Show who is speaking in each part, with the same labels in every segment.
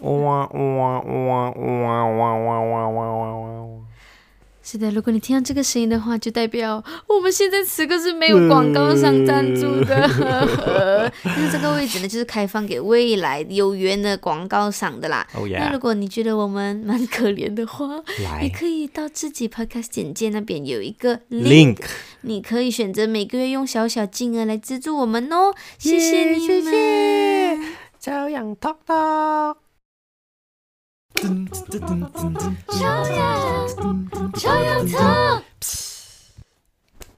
Speaker 1: 哇哇哇哇哇哇哇哇哇哇！
Speaker 2: 是的，如果你听到这个声音的话，就代表我们现在此刻是没有广告商赞助的。 那这个位置呢，就是开放给未来有缘的广告商的啦。
Speaker 1: 哦
Speaker 2: 那如
Speaker 1: 耶！
Speaker 2: 果你觉得我们蛮可怜的话，
Speaker 1: 来
Speaker 2: 你可以到自己 Podcast 简介那边有一个 link，
Speaker 1: ，Link，
Speaker 2: 你可以选择每个月用小小金额来资助我们哦。谢谢
Speaker 1: 耶
Speaker 2: 你们。
Speaker 1: 谢谢，朝阳 Talk Talk。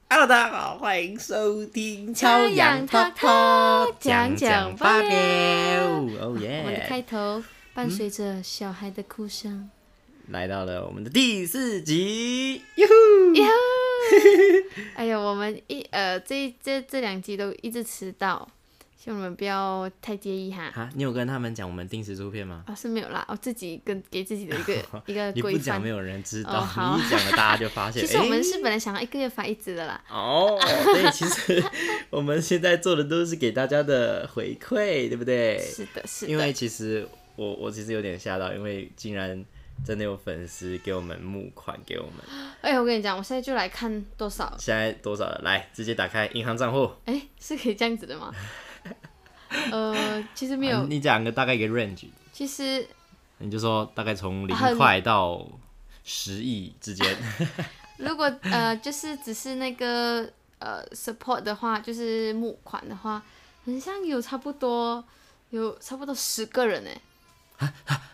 Speaker 1: Hello，大家好，欢迎收听
Speaker 2: 朝阳 Talk
Speaker 1: Talk，
Speaker 2: 讲讲罢了
Speaker 1: 哦耶！
Speaker 2: 我们的开头伴随着小孩的哭声，
Speaker 1: 来到了我们的第四集，哟呼！
Speaker 2: 哟、哎呀，我们一呃这这这两集都一直迟到，希望你们不要太介意哈。
Speaker 1: 啊，你有跟他们讲我们定时出片吗？
Speaker 2: 啊、是没有啦，我自己跟给自己的一个 一个
Speaker 1: 你不
Speaker 2: 规
Speaker 1: 讲，
Speaker 2: 范
Speaker 1: 没。有人知道。
Speaker 2: 哦好
Speaker 1: 你一讲了，大家就发 现。
Speaker 2: 其实我们
Speaker 1: 诶
Speaker 2: 是本来想要一个月发一支的啦，
Speaker 1: 哦，对，其实我们现在做的都是给大家的回馈，对不对？
Speaker 2: 是的，是的。
Speaker 1: 因为其实我我其实有点吓到，因为竟然真的有粉丝给我们募款给我们，
Speaker 2: 哎、我跟你讲，我现在就来看多少，
Speaker 1: 现在多少了？来，直接打开银行账户，
Speaker 2: 哎、是可以这样子的 吗？呃，其实没有，
Speaker 1: 啊你讲个大概一个 range，
Speaker 2: 其实
Speaker 1: 你就说大概从零
Speaker 2: 啊很啊
Speaker 1: 块到十亿之间。
Speaker 2: 如果呃，就是只是那个呃 support 的话，就是募款的话，很像有差不多有差不多十个人哎，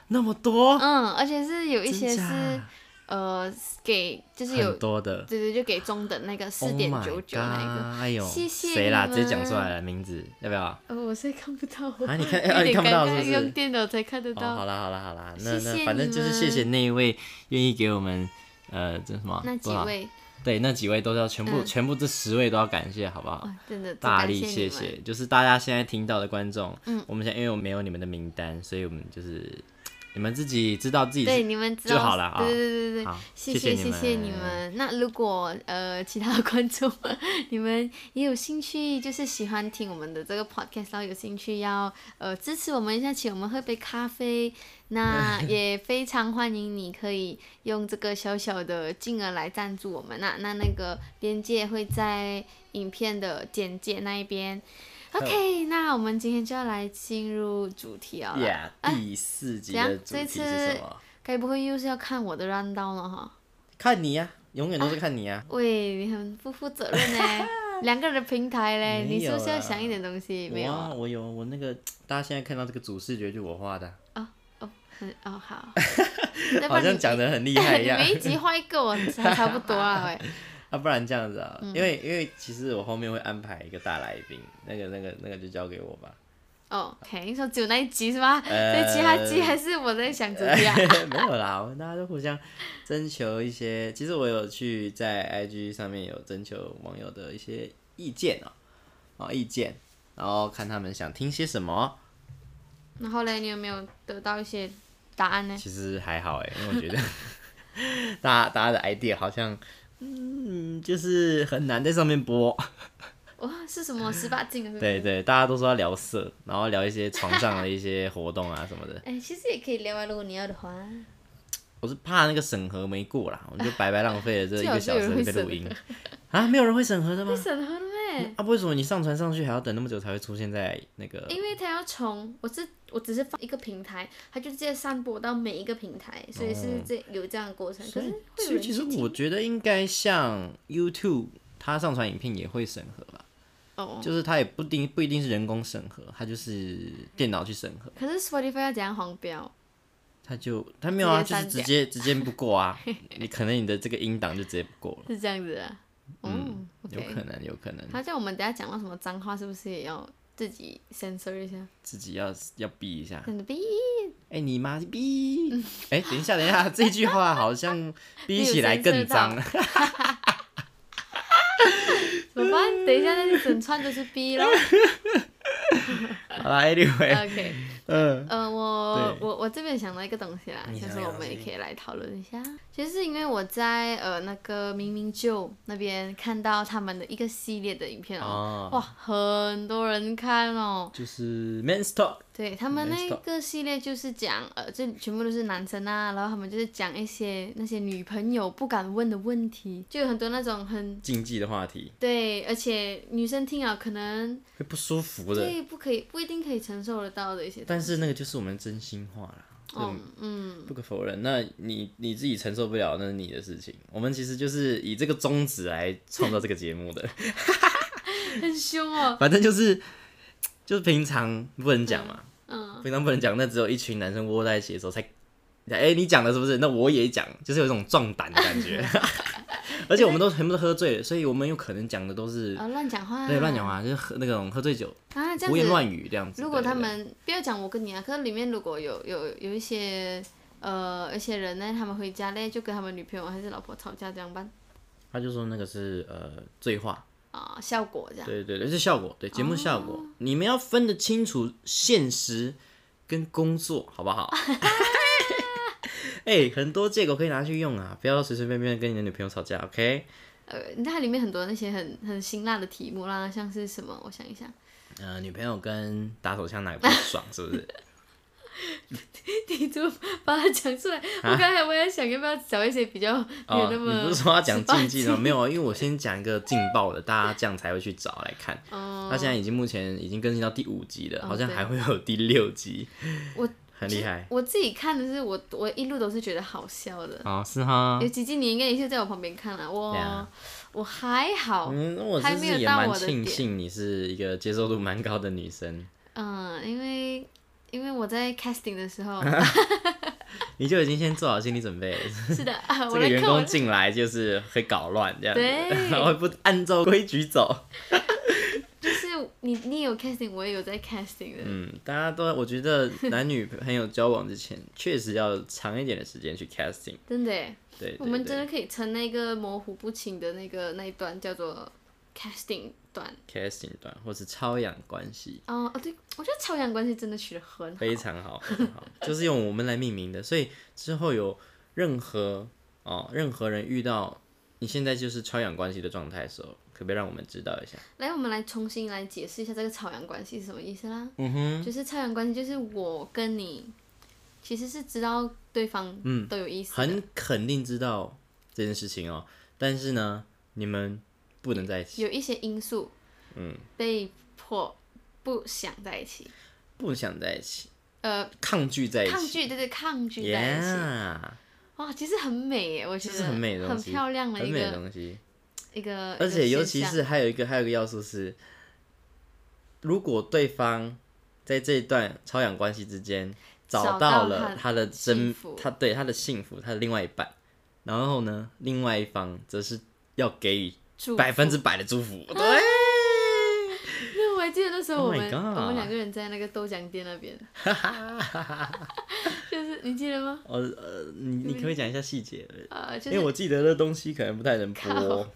Speaker 1: 那么 多，
Speaker 2: 嗯，而且是有一些
Speaker 1: 真假
Speaker 2: 是呃给就是有
Speaker 1: 很多的，
Speaker 2: 对对，就给中等那个四点九九那
Speaker 1: 个，哎呦，
Speaker 2: 谢谢
Speaker 1: 谁啦？
Speaker 2: 你
Speaker 1: 直
Speaker 2: 们
Speaker 1: 接讲出来了名字，要 不要？
Speaker 2: 个，哦，我现在看不到，
Speaker 1: 啊你 看
Speaker 2: 有
Speaker 1: 啊你
Speaker 2: 点
Speaker 1: 看不
Speaker 2: 尴
Speaker 1: 到
Speaker 2: 尬
Speaker 1: 是不是
Speaker 2: 用电脑才看得
Speaker 1: 哦，
Speaker 2: 到。
Speaker 1: 好啦好啦好啦，那
Speaker 2: 谢谢
Speaker 1: 那反正就是
Speaker 2: 你们
Speaker 1: 谢谢那一位愿意给我们，呃，这什么？
Speaker 2: 那几
Speaker 1: 多少？
Speaker 2: 位，
Speaker 1: 对，那几位都要全部
Speaker 2: 嗯
Speaker 1: 全部这十位都要感谢，好不好？
Speaker 2: 哇，真的
Speaker 1: 大
Speaker 2: 感
Speaker 1: 力
Speaker 2: 谢
Speaker 1: 谢
Speaker 2: 你们
Speaker 1: 谢，就是大家现在听到的观众，
Speaker 2: 嗯
Speaker 1: 我们现在因为我们没有你们的名单，所以我们就是你们自己知道自己
Speaker 2: 对
Speaker 1: 是
Speaker 2: 你们知
Speaker 1: 就
Speaker 2: 道
Speaker 1: 好了啊
Speaker 2: 对对对对对
Speaker 1: 好，，
Speaker 2: 谢
Speaker 1: 谢
Speaker 2: 谢谢你。们。那如果呃其他的观众你们也有兴趣，就是喜欢听我们的这个 podcast，然后有兴趣要呃支持我们一下，请我们喝杯咖啡， 那也非常欢迎你可以用这个小小的金额来赞助我们。那那那个链接会在影片的简介那一边。OK，那我们今天就要来进入主题啊。
Speaker 1: 呀，第四
Speaker 2: 怎
Speaker 1: 集的
Speaker 2: 样
Speaker 1: 主
Speaker 2: 这
Speaker 1: 题是什
Speaker 2: 次
Speaker 1: 么？
Speaker 2: 该不会又是要看我的 run down 了哈？
Speaker 1: 看你呀，永远都
Speaker 2: 啊
Speaker 1: 是看你啊呀。
Speaker 2: 喂，你很不负责任呢，两个人的平台嘞，
Speaker 1: 没
Speaker 2: 你是不
Speaker 1: 有
Speaker 2: 是要
Speaker 1: 啦
Speaker 2: 想一点东西？没有
Speaker 1: 我
Speaker 2: 啊
Speaker 1: 啊，我有我那个，大家现在看到这个主视觉就我画的，啊
Speaker 2: 哦，很哦 好，再不
Speaker 1: 好
Speaker 2: 然
Speaker 1: 像
Speaker 2: 你
Speaker 1: 讲的很厉害一
Speaker 2: 你
Speaker 1: 样。
Speaker 2: 每一集画一个，我差差不多啊，喂，
Speaker 1: 啊，不然这样子啊，
Speaker 2: 嗯
Speaker 1: 因为因为其实我后面会安排一个大来宾，那个那个那个就交给我吧。
Speaker 2: 哦，OK，你说只有那一集是吗？所以
Speaker 1: 呃，
Speaker 2: 其他集还是我在想主题啊。
Speaker 1: 没有啦，我们大家都互相征求一些。其实我有去在 IG 上面有征求网友的一些意见啊、啊、意见，然后看他们想听些什么。
Speaker 2: 然后嘞，你有没有得到一些答案呢？
Speaker 1: 其实还好哎，因为我觉得 大家大家的 idea 好像嗯，就是很难在上面播。
Speaker 2: 哇，是什么十八禁啊？是不
Speaker 1: 对
Speaker 2: 是。
Speaker 1: 对，大家都说要聊色，然后聊一些床上的一些活动啊什么的。
Speaker 2: 哎，其实也可以聊啊，如果你要的话。
Speaker 1: 我是怕那个审核没过啦，我们就白白浪费了 这一个
Speaker 2: 最
Speaker 1: 小时
Speaker 2: 好是有人会
Speaker 1: 在
Speaker 2: 审
Speaker 1: 录音 啊，没有人会审核的 吗
Speaker 2: 会？审核的咩？
Speaker 1: 啊，为什么你上传上去还要等那么久才会出现在那个？
Speaker 2: 因为它要从我是我只是放一个平台，它就直接散播到每一个平台，所以是这有这样的过程。可
Speaker 1: 哦所
Speaker 2: 是
Speaker 1: 以
Speaker 2: 会有
Speaker 1: 所以
Speaker 2: 人
Speaker 1: 其
Speaker 2: 去
Speaker 1: 实
Speaker 2: 听
Speaker 1: 我觉得应该像 YouTube，它上传影片也会审核吧，
Speaker 2: 哦，
Speaker 1: 就是它也不定不一定是人工审核，它就是电脑去审核，
Speaker 2: 可是 Spotify 要怎样黄标？
Speaker 1: 它就它没有啊，
Speaker 2: 直接
Speaker 1: 就是
Speaker 2: 删
Speaker 1: 直
Speaker 2: 掉
Speaker 1: 接直接不过啊， 你可能你的这个音档就直接不过了，
Speaker 2: 是这样子的、啊。嗯
Speaker 1: 有
Speaker 2: ，OK。
Speaker 1: 可能有可能
Speaker 2: 他叫我们等下讲到什么脏话，是不是也要自己 censor 一 下？
Speaker 1: 自己要要避一下。
Speaker 2: 真的逼，
Speaker 1: 哎、你妈是逼！ 哎、等一下，等 一下，这句话好像逼起来更脏。
Speaker 2: 怎么办？等一下，那就整串都是逼 了。
Speaker 1: 好啦 a n y w a y
Speaker 2: OK，
Speaker 1: 嗯，
Speaker 2: 呃，我
Speaker 1: 对
Speaker 2: 我我这边想到一个东西啦，
Speaker 1: 你
Speaker 2: 就是
Speaker 1: 想到一个
Speaker 2: 我们也
Speaker 1: 东西
Speaker 2: 可以来讨论一下。其实是因为我在呃那个明明就那边看到他们的一个系列的影片哦，
Speaker 1: 哦，
Speaker 2: 哇，很多人看哦，
Speaker 1: 就是 men's talk，
Speaker 2: 对他们
Speaker 1: Men's
Speaker 2: 那
Speaker 1: Talk
Speaker 2: 个系列就是讲，呃，这全部都是男生啊，然后他们就是讲一些那些女朋友不敢问的问题，就有很多那种很
Speaker 1: 禁忌的话题
Speaker 2: 对，而且女生听了可能
Speaker 1: 会不舒服的，
Speaker 2: 对不可以不一定可以承受得到的一些东
Speaker 1: 但
Speaker 2: 西。
Speaker 1: 是那个就是我们真心话啦，
Speaker 2: 哦，嗯，
Speaker 1: 不可否认。那你你自己承受不了，那是你的事情。我们其实就是以这个宗旨来创造这个节目的，
Speaker 2: 很凶哦，
Speaker 1: 反正就是就是平常不能讲嘛，
Speaker 2: 嗯，
Speaker 1: 平常不能讲，那只有一群男生窝在一起的时候才。哎、你讲了是不是？那我也讲，就是有一种壮胆的 感觉。而且我们都全部都喝醉了，所以我们有可能讲的都是
Speaker 2: 啊，乱讲话，
Speaker 1: 对乱讲话，就是喝那种喝醉酒、
Speaker 2: 啊，这
Speaker 1: 胡言
Speaker 2: 样子。
Speaker 1: 乱语这样子。
Speaker 2: 如果
Speaker 1: 对
Speaker 2: 他
Speaker 1: 对对
Speaker 2: 们不要讲我跟你啊，可是里面如果有有有一些呃一些人呢，他们回家嘞就跟他们女朋友还是老婆吵架，这样办
Speaker 1: 他就说那个是呃醉话，
Speaker 2: 啊、效果这样。
Speaker 1: 对对对，是效果，对节目效
Speaker 2: 哦
Speaker 1: 果，你们要分得清楚现实跟工作，好不好？ 哎、很多借口可以拿去用啊，不要随随便便跟你的女朋友吵架，OK？
Speaker 2: 呃，它里面很多那些很很辛辣的题目啦，像是什么，我想一下，
Speaker 1: 呃，女朋友跟打手枪哪个不爽，是不是？
Speaker 2: 你就把它讲出来。我刚才我也想要不要找一些比较没 有
Speaker 1: 啊哦，
Speaker 2: 那么、
Speaker 1: 你不是说要讲 禁忌吗？没有啊，因为我先讲一个劲爆的，大家这样才会去找来看。
Speaker 2: 嗯，
Speaker 1: 他现在已经目前已经更新到第五集了，
Speaker 2: 哦
Speaker 1: 好像
Speaker 2: 对
Speaker 1: 还会有第六集，
Speaker 2: 我
Speaker 1: 很厉害
Speaker 2: 我自己看的是我我一路都是觉得好笑的。
Speaker 1: 哦，是哈
Speaker 2: 有。几集你应该也是在我旁边看了，我、
Speaker 1: 对啊
Speaker 2: 我还好，
Speaker 1: 嗯，那我其
Speaker 2: 哦还
Speaker 1: 实
Speaker 2: 没有
Speaker 1: 也
Speaker 2: 到
Speaker 1: 蛮
Speaker 2: 我的
Speaker 1: 庆
Speaker 2: 点
Speaker 1: 幸你是一个接受度蛮高的女生，
Speaker 2: 嗯、因为因为我在 casting 的时 候，
Speaker 1: 你就已经先做好心理准备了，
Speaker 2: 是的， 啊、
Speaker 1: 这
Speaker 2: 我
Speaker 1: 个
Speaker 2: 来
Speaker 1: 员
Speaker 2: 看
Speaker 1: 工
Speaker 2: 我
Speaker 1: 进来就是会搞乱这样子，
Speaker 2: 对
Speaker 1: 然后会不按照规矩走。
Speaker 2: 就是你你有 casting，我也有在 casting 的，
Speaker 1: 嗯，大家都我觉 得男女朋友交往之前，确实要长一点的时间去 casting
Speaker 2: 真的耶。
Speaker 1: 对。对，
Speaker 2: 我们
Speaker 1: 对
Speaker 2: 真的可以称那个模糊不清的那个那一段叫做 casting 段。
Speaker 1: casting 段或是超氧关系。
Speaker 2: 哦哦，对，我觉得超阳关系真的取得很好。
Speaker 1: 非常好，非常好， 就是用我们来命名的。所以之后有任何哦，任何人遇到你现在就是超氧关系的状态的时候，可不可以让我们知道一下？
Speaker 2: 来，我们来重新来解释一下这个超阳关系是什么意思啦。嗯哼，就是超阳关系，就是我跟你其实是知道对方都有意思的，
Speaker 1: 嗯很肯定知道这件事情哦，但是呢，你们不能在一起，
Speaker 2: 有一些因素，嗯，被迫不想在一起，
Speaker 1: 不想在一起，
Speaker 2: 呃，
Speaker 1: 抗拒在一
Speaker 2: 抗
Speaker 1: 起
Speaker 2: 拒，对对，抗拒在一起。
Speaker 1: ，Yeah，
Speaker 2: 哇，其实很美耶，我觉
Speaker 1: 这
Speaker 2: 得
Speaker 1: 是很美的东西，
Speaker 2: 很漂亮的
Speaker 1: 很
Speaker 2: 一
Speaker 1: 美的
Speaker 2: 个
Speaker 1: 东西。
Speaker 2: 一个，
Speaker 1: 而且
Speaker 2: 一个
Speaker 1: 尤
Speaker 2: 现
Speaker 1: 其
Speaker 2: 象
Speaker 1: 是还有一个还有一个要素是，如果对方在这一段超氧关系之间找
Speaker 2: 找
Speaker 1: 到
Speaker 2: 到
Speaker 1: 了
Speaker 2: 他
Speaker 1: 他的真
Speaker 2: 幸福
Speaker 1: 他对他的幸福，他的另外一半，然后呢，另外一方则是要给予
Speaker 2: 祝
Speaker 1: 百分
Speaker 2: 福
Speaker 1: 之百的祝福，对，
Speaker 2: 那我还记得那时候
Speaker 1: Oh
Speaker 2: 我
Speaker 1: my
Speaker 2: 们、我
Speaker 1: God
Speaker 2: 们两个人在那个豆浆店那 边，就是你记得吗？
Speaker 1: 我呃，你你可不可以讲一下细节？
Speaker 2: 呃，就
Speaker 1: 因
Speaker 2: 是
Speaker 1: 为我记得那东西可能不太能播
Speaker 2: 靠，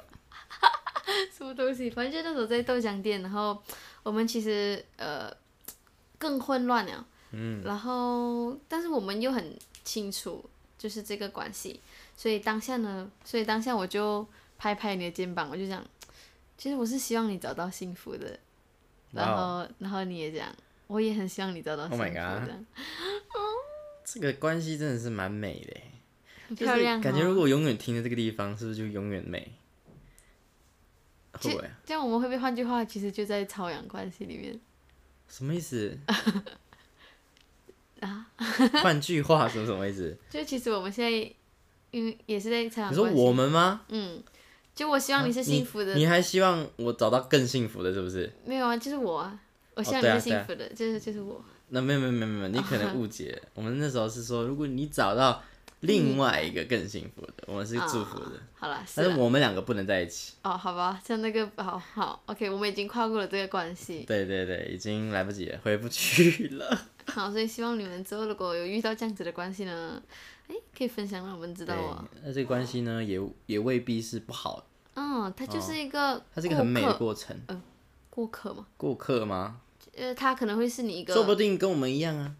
Speaker 2: 什么东西，反正就那时候在豆浆店，然后我们其实呃更混乱了，嗯，然后但是我们又很清楚就是这个关系，所以当下呢，所以当下我就拍拍你的肩膀，我就讲，其实我是希望你找到幸福的，然
Speaker 1: 哇哦
Speaker 2: 后然后你也讲，我也很希望你找到
Speaker 1: Oh
Speaker 2: 幸福
Speaker 1: my
Speaker 2: 的
Speaker 1: God 这个关系真的是蛮美的耶。欸
Speaker 2: 很
Speaker 1: 就是
Speaker 2: 漂亮、哦，
Speaker 1: 感觉如果永远停在这个地方，是不是就永远美？
Speaker 2: 其
Speaker 1: 会不会啊
Speaker 2: 这样我们会不会换句话，其实就在朝阳关系里面？
Speaker 1: 什么意思？换句话是什么意思？
Speaker 2: 啊就其实我们现在，因为也是在朝阳
Speaker 1: 你说
Speaker 2: 关系。
Speaker 1: 我们吗？
Speaker 2: 嗯，就我希望你是幸福的，
Speaker 1: 啊你还希望我找到更幸福的，是不是？
Speaker 2: 没有啊，就是我啊，我希望你
Speaker 1: 对啊
Speaker 2: 是幸福的，就是就是我。
Speaker 1: 那没有没有没有没有，你可能误解了。我们那时候是说，如果你找到另外一个更幸福的，我们是祝福的
Speaker 2: 啊。好了，是
Speaker 1: 但是
Speaker 2: 啦
Speaker 1: 我们两个不能在一起。
Speaker 2: 哦，好吧，像那个好好，OK，我们已经跨过了这个关系，
Speaker 1: 对对对，已经来不及了，回不去了。
Speaker 2: 好，所以希望你们之后如果有遇到这样子的关系呢，哎，可以分享让我们知
Speaker 1: 对
Speaker 2: 道哦。，
Speaker 1: 那这个关系呢，也也未必是不好的，
Speaker 2: 嗯，它就是一个
Speaker 1: 哦它是一个很美的
Speaker 2: 过客
Speaker 1: 过程。
Speaker 2: 过客嘛，
Speaker 1: 过客吗？
Speaker 2: 呃，他可能会是你一个
Speaker 1: 说不定跟我们一样啊，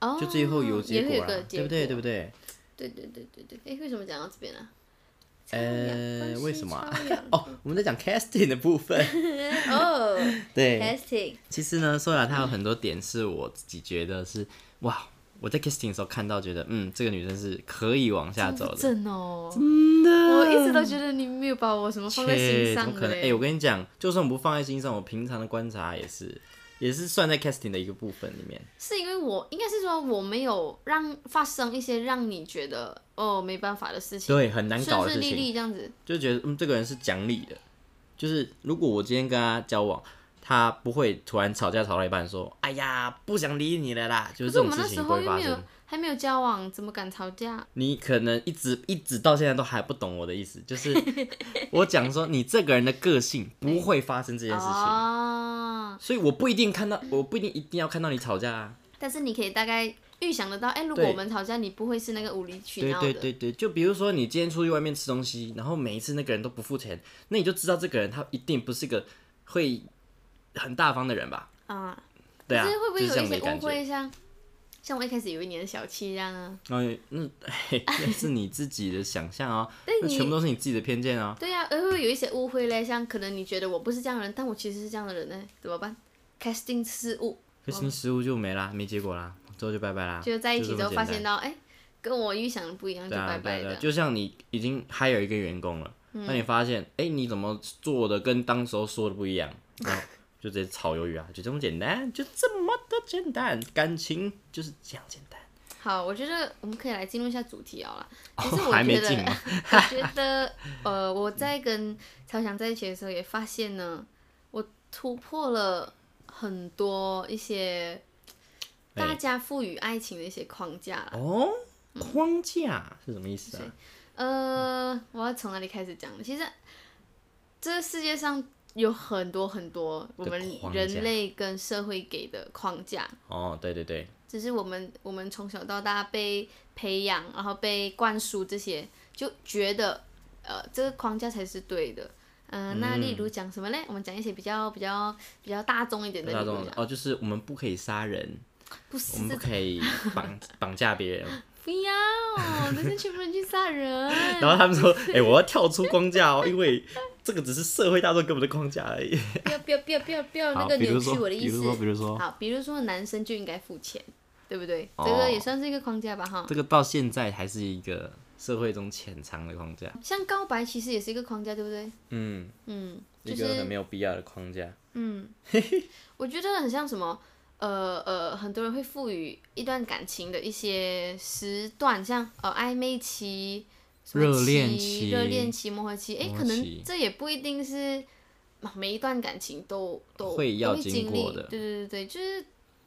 Speaker 2: 哦，
Speaker 1: 就最后有结
Speaker 2: 也会
Speaker 1: 果
Speaker 2: 有
Speaker 1: 啦
Speaker 2: 个，结
Speaker 1: 对不对？
Speaker 2: 果
Speaker 1: 对不对？
Speaker 2: 对对对对对，哎，为什么讲到这边呢、超痒
Speaker 1: 呃
Speaker 2: 关
Speaker 1: 为
Speaker 2: 系
Speaker 1: 什么啊
Speaker 2: 超痒
Speaker 1: 哦，我们在讲 casting 的 部分，
Speaker 2: 哦
Speaker 1: 对
Speaker 2: ，casting，
Speaker 1: 其实呢，说来它有很多点是我自己觉得是哇，我在 casting 的时候看到，觉得嗯，这个女生是可以往下走的。
Speaker 2: 正哦，真的，我一直都觉得你没有把我什么放在心
Speaker 1: 切，怎
Speaker 2: 上
Speaker 1: 么可能？哎、
Speaker 2: 嘞
Speaker 1: 我跟你讲，就算我不放在心上，我平常的观察也是，也是算在 casting 的一个部分里面。
Speaker 2: 是因为我应该是说我没有让发生一些让你觉得哦没办法的事情，
Speaker 1: 对，很难搞
Speaker 2: 顺顺
Speaker 1: 的事
Speaker 2: 利
Speaker 1: 情，
Speaker 2: 利这样子，
Speaker 1: 就觉得嗯，这个人是讲理的。就是如果我今天跟他交往，他不会突然吵架吵到一半说：“哎呀，不想理你了啦。”
Speaker 2: 可
Speaker 1: 就是
Speaker 2: 是
Speaker 1: 这
Speaker 2: 我
Speaker 1: 种
Speaker 2: 们那
Speaker 1: 事
Speaker 2: 时
Speaker 1: 情不
Speaker 2: 候
Speaker 1: 会
Speaker 2: 又
Speaker 1: 发
Speaker 2: 没有
Speaker 1: 生。
Speaker 2: 还没有交往，怎么敢吵架？
Speaker 1: 你可能一直一直到现在都还不懂我的意思，就是 我讲说你这个人的个性不会发生这件事情，
Speaker 2: 哦，
Speaker 1: 所以我不一定看到，我不一定一定要看到你吵架啊。
Speaker 2: 但是你可以大概预想得到，哎，如果
Speaker 1: 对
Speaker 2: 我们吵架，你不会是那个无理取
Speaker 1: 对
Speaker 2: 闹的，
Speaker 1: 对对对，就比如说你今天出去外面吃东西，然后每一次那个人都不付钱，那你就知道这个人他一定不是个会很大方的人吧？
Speaker 2: 啊，
Speaker 1: 对啊，
Speaker 2: 可是会不会
Speaker 1: 就是
Speaker 2: 有一
Speaker 1: 这样的
Speaker 2: 些误
Speaker 1: 感觉。
Speaker 2: 会，像像我一开始以为你很小气这样啊？
Speaker 1: 嗯，那嘿那是你自己的想 象哦，
Speaker 2: 但
Speaker 1: 那
Speaker 2: 你
Speaker 1: 全部都是你自己的偏见哦。
Speaker 2: 对呀、啊，而会有一些误会嘞，像可能你觉得我不是这样的人，但我其实是这样的人呢，怎么办？casting 失误，
Speaker 1: 可是你失误就没啦，没结果啦，之后就拜拜啦。
Speaker 2: 就在一起
Speaker 1: 啊这
Speaker 2: 之后
Speaker 1: 么
Speaker 2: 发
Speaker 1: 简单
Speaker 2: 现到，哎，跟我预想的不一样，就
Speaker 1: 对啊，
Speaker 2: 拜
Speaker 1: 对啊
Speaker 2: 拜
Speaker 1: 对啊
Speaker 2: 的。嗯
Speaker 1: 就像你已经 hire 一个员工了，那、你发现，哎、你怎么做的跟当时候说的不一样，然后就直接炒鱿鱼啊，就这么简单，就这么的简单，感情就是这样简单。
Speaker 2: 好，我觉得我们可以来进入一下主题好了。
Speaker 1: 哦
Speaker 2: 其实我觉得，
Speaker 1: 还没进吗
Speaker 2: 我觉得，呃，我在跟曹翔在一起的时候，也发现呢，我突破了很多一些
Speaker 1: 哎
Speaker 2: 大家赋予爱情的一些框架啦。
Speaker 1: 哦，
Speaker 2: 嗯
Speaker 1: 框架是什么意思啊？
Speaker 2: 呃，我要从哪里开始讲呢？其实，这世界上有很多很多我们
Speaker 1: 框架
Speaker 2: 人类跟社会给的框架，
Speaker 1: 哦，对对对，
Speaker 2: 只是我们我们从小到大被培养，然后被灌输这些，就觉得呃这个框架才是对的。嗯，那例如讲什么嘞？我们讲一些比较比较比较大众一点的
Speaker 1: 大
Speaker 2: 例
Speaker 1: 众
Speaker 2: 如讲，
Speaker 1: 哦，就是我们不可以杀人，
Speaker 2: 不是
Speaker 1: 我们不可以 绑绑架别人，
Speaker 2: 不要，那些全部人去杀人。
Speaker 1: 然后他们说，哎、我要跳出框架哦，因为这个只是社会大众给我们的框架而已。
Speaker 2: 不要不要不要不要不要那
Speaker 1: 好，
Speaker 2: 个
Speaker 1: 比
Speaker 2: 扭
Speaker 1: 如
Speaker 2: 曲
Speaker 1: 说，
Speaker 2: 我的
Speaker 1: 比
Speaker 2: 意
Speaker 1: 如说，比
Speaker 2: 思。
Speaker 1: 如说，
Speaker 2: 好，比如说男生就应该付钱，对不对？
Speaker 1: 哦
Speaker 2: 这个也算是一个框架吧，哈。
Speaker 1: 这个到现在还是一个社会中潜藏的框架，
Speaker 2: 像告白其实也是一个框架，对不对？
Speaker 1: 嗯，
Speaker 2: 嗯，就
Speaker 1: 一
Speaker 2: 是
Speaker 1: 个很没有必要的框架。
Speaker 2: 嗯 我觉得很像什么，呃呃，很多人会赋予一段感情的一些时段，像呃暧昧期、什么
Speaker 1: 热恋期
Speaker 2: 热恋期、磨合期，哎，
Speaker 1: 磨合
Speaker 2: 可能
Speaker 1: 期
Speaker 2: 这也不一定是啊每一段感情都都
Speaker 1: 会要
Speaker 2: 都
Speaker 1: 经
Speaker 2: 经
Speaker 1: 过
Speaker 2: 历
Speaker 1: 的
Speaker 2: 对对对对，就是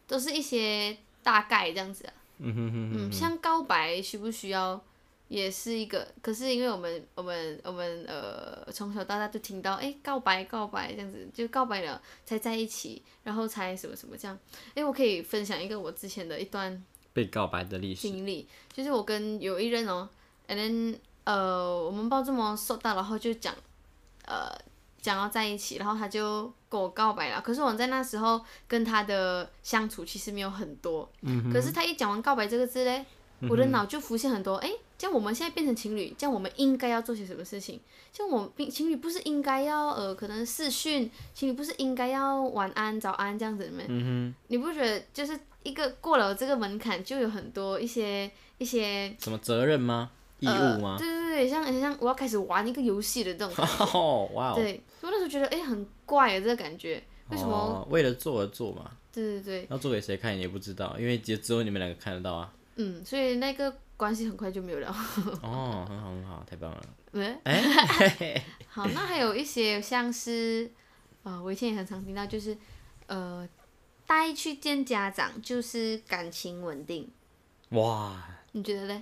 Speaker 2: 都是一些大概这样子啊、
Speaker 1: 嗯哼哼哼，
Speaker 2: 嗯，像告白需不需要，也是一个。可是因为我们我们我们呃从小到大就听到，哎，告白告白这样子，就告白了才在一起，然后才什么什么这样。哎，我可以分享一个我之前的一段
Speaker 1: 被告白的历史，
Speaker 2: 经历，就是我跟有一任哦，and then 呃我们不知道这么说到，然后就讲呃讲要在一起，然后他就跟我告白了。可是我在那时候跟他的相处其实没有很多，嗯、可是他一讲完告白这个字嘞，我的脑就浮现很多，哎、这样我们现在变成情侣，这样我们应该要做些什么事情？像我们情侣不是应该要呃可能视讯，情侣不是应该要晚安早安这样子的吗？嗯、你不觉得就是一个过了这个门槛，就有很多一些一些。
Speaker 1: 什么责任吗？义务吗
Speaker 2: 呃？？对对对，像很像我要开始玩一个游戏的这种感觉
Speaker 1: 哦，哇哦，
Speaker 2: 对，我那时候觉得哎、很怪啊，这个感觉，为什么？
Speaker 1: 哦为了做而做嘛？
Speaker 2: 对对对，
Speaker 1: 要做给谁看也不知道，因为只只有你们两个看得到啊。
Speaker 2: 嗯，所以那个关系很快就没有了。
Speaker 1: 哦，很好很好，太棒了。
Speaker 2: 嗯，
Speaker 1: 哎
Speaker 2: 好，那还有一些像是，呃，我以前也很常听到，就是呃，带去见家长就是感情稳定，
Speaker 1: 哇，
Speaker 2: 你觉得嘞？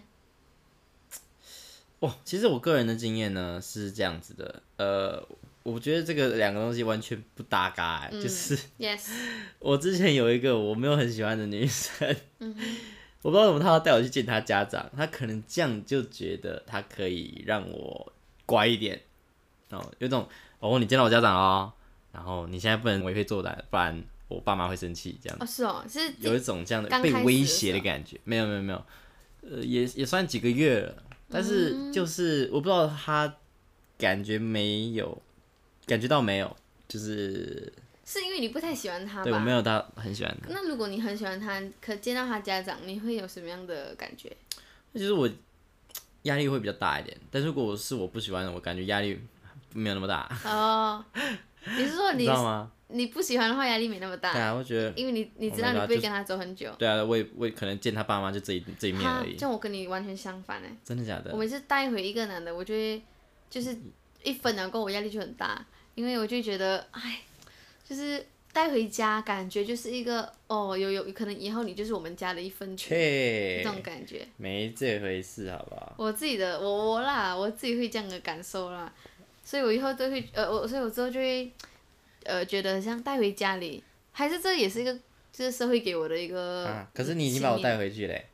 Speaker 1: 哇，其实我个人的经验呢是这样子的，呃，我觉得这个两个东西完全不搭嘎、欸就是
Speaker 2: 嗯，yes，
Speaker 1: 我之前有一个我没有很喜欢的女生，我不知道为什么她要带我去见她家长，她可能这样就觉得她可以让我乖一点，哦，有种哦，你见到我家长哦，然后你现在不能为非作歹，不然我爸妈会生气，这样
Speaker 2: 哦，是哦，是这
Speaker 1: 有一种这样的
Speaker 2: 刚
Speaker 1: 被
Speaker 2: 开始
Speaker 1: 威
Speaker 2: 的
Speaker 1: 胁
Speaker 2: 时
Speaker 1: 的
Speaker 2: 候
Speaker 1: 感觉。没有没有没有，呃，也也算几个月了，但是就是我不知道她感觉没有，感觉到没有，就是
Speaker 2: 是因为你不太喜欢他
Speaker 1: 对我没
Speaker 2: 吧？
Speaker 1: 有到很喜欢他。
Speaker 2: 那如果你很喜欢他，可见到他家长，你会有什么样的感 觉？
Speaker 1: 那就是我压力会比较大一点，但如果是我不喜欢的，我感觉压力没有那么大，
Speaker 2: 哦，你是说
Speaker 1: 你
Speaker 2: 你
Speaker 1: 知道吗？
Speaker 2: 你不喜欢的话压力没那么
Speaker 1: 对
Speaker 2: 大，
Speaker 1: 啊，我觉得，
Speaker 2: 因为你你知道
Speaker 1: Oh my
Speaker 2: 你
Speaker 1: god，
Speaker 2: 不会
Speaker 1: 就是
Speaker 2: 跟他走很久。
Speaker 1: 对啊，我也我也可能见他爸妈就这一这一面
Speaker 2: 哈
Speaker 1: 而已，
Speaker 2: 这样我跟你完全相反哎、
Speaker 1: 真的假的
Speaker 2: 我？每次带回一个男的，我就会就是一分了过后，我压力就很大，因为我就觉得，哎，就是带回家感觉就是一个哦，有有可能以后你就是我们家的一分子这
Speaker 1: 切，
Speaker 2: 种感觉。
Speaker 1: 没这回事，好不好？
Speaker 2: 我自己的我我啦，我自己会这样的感受啦，所以我以后都会呃我，所以我之后就会呃觉得像带回家里，还是这也是一个就是社会给我的一个信念、
Speaker 1: 啊，可是你已经把我带回去嘞、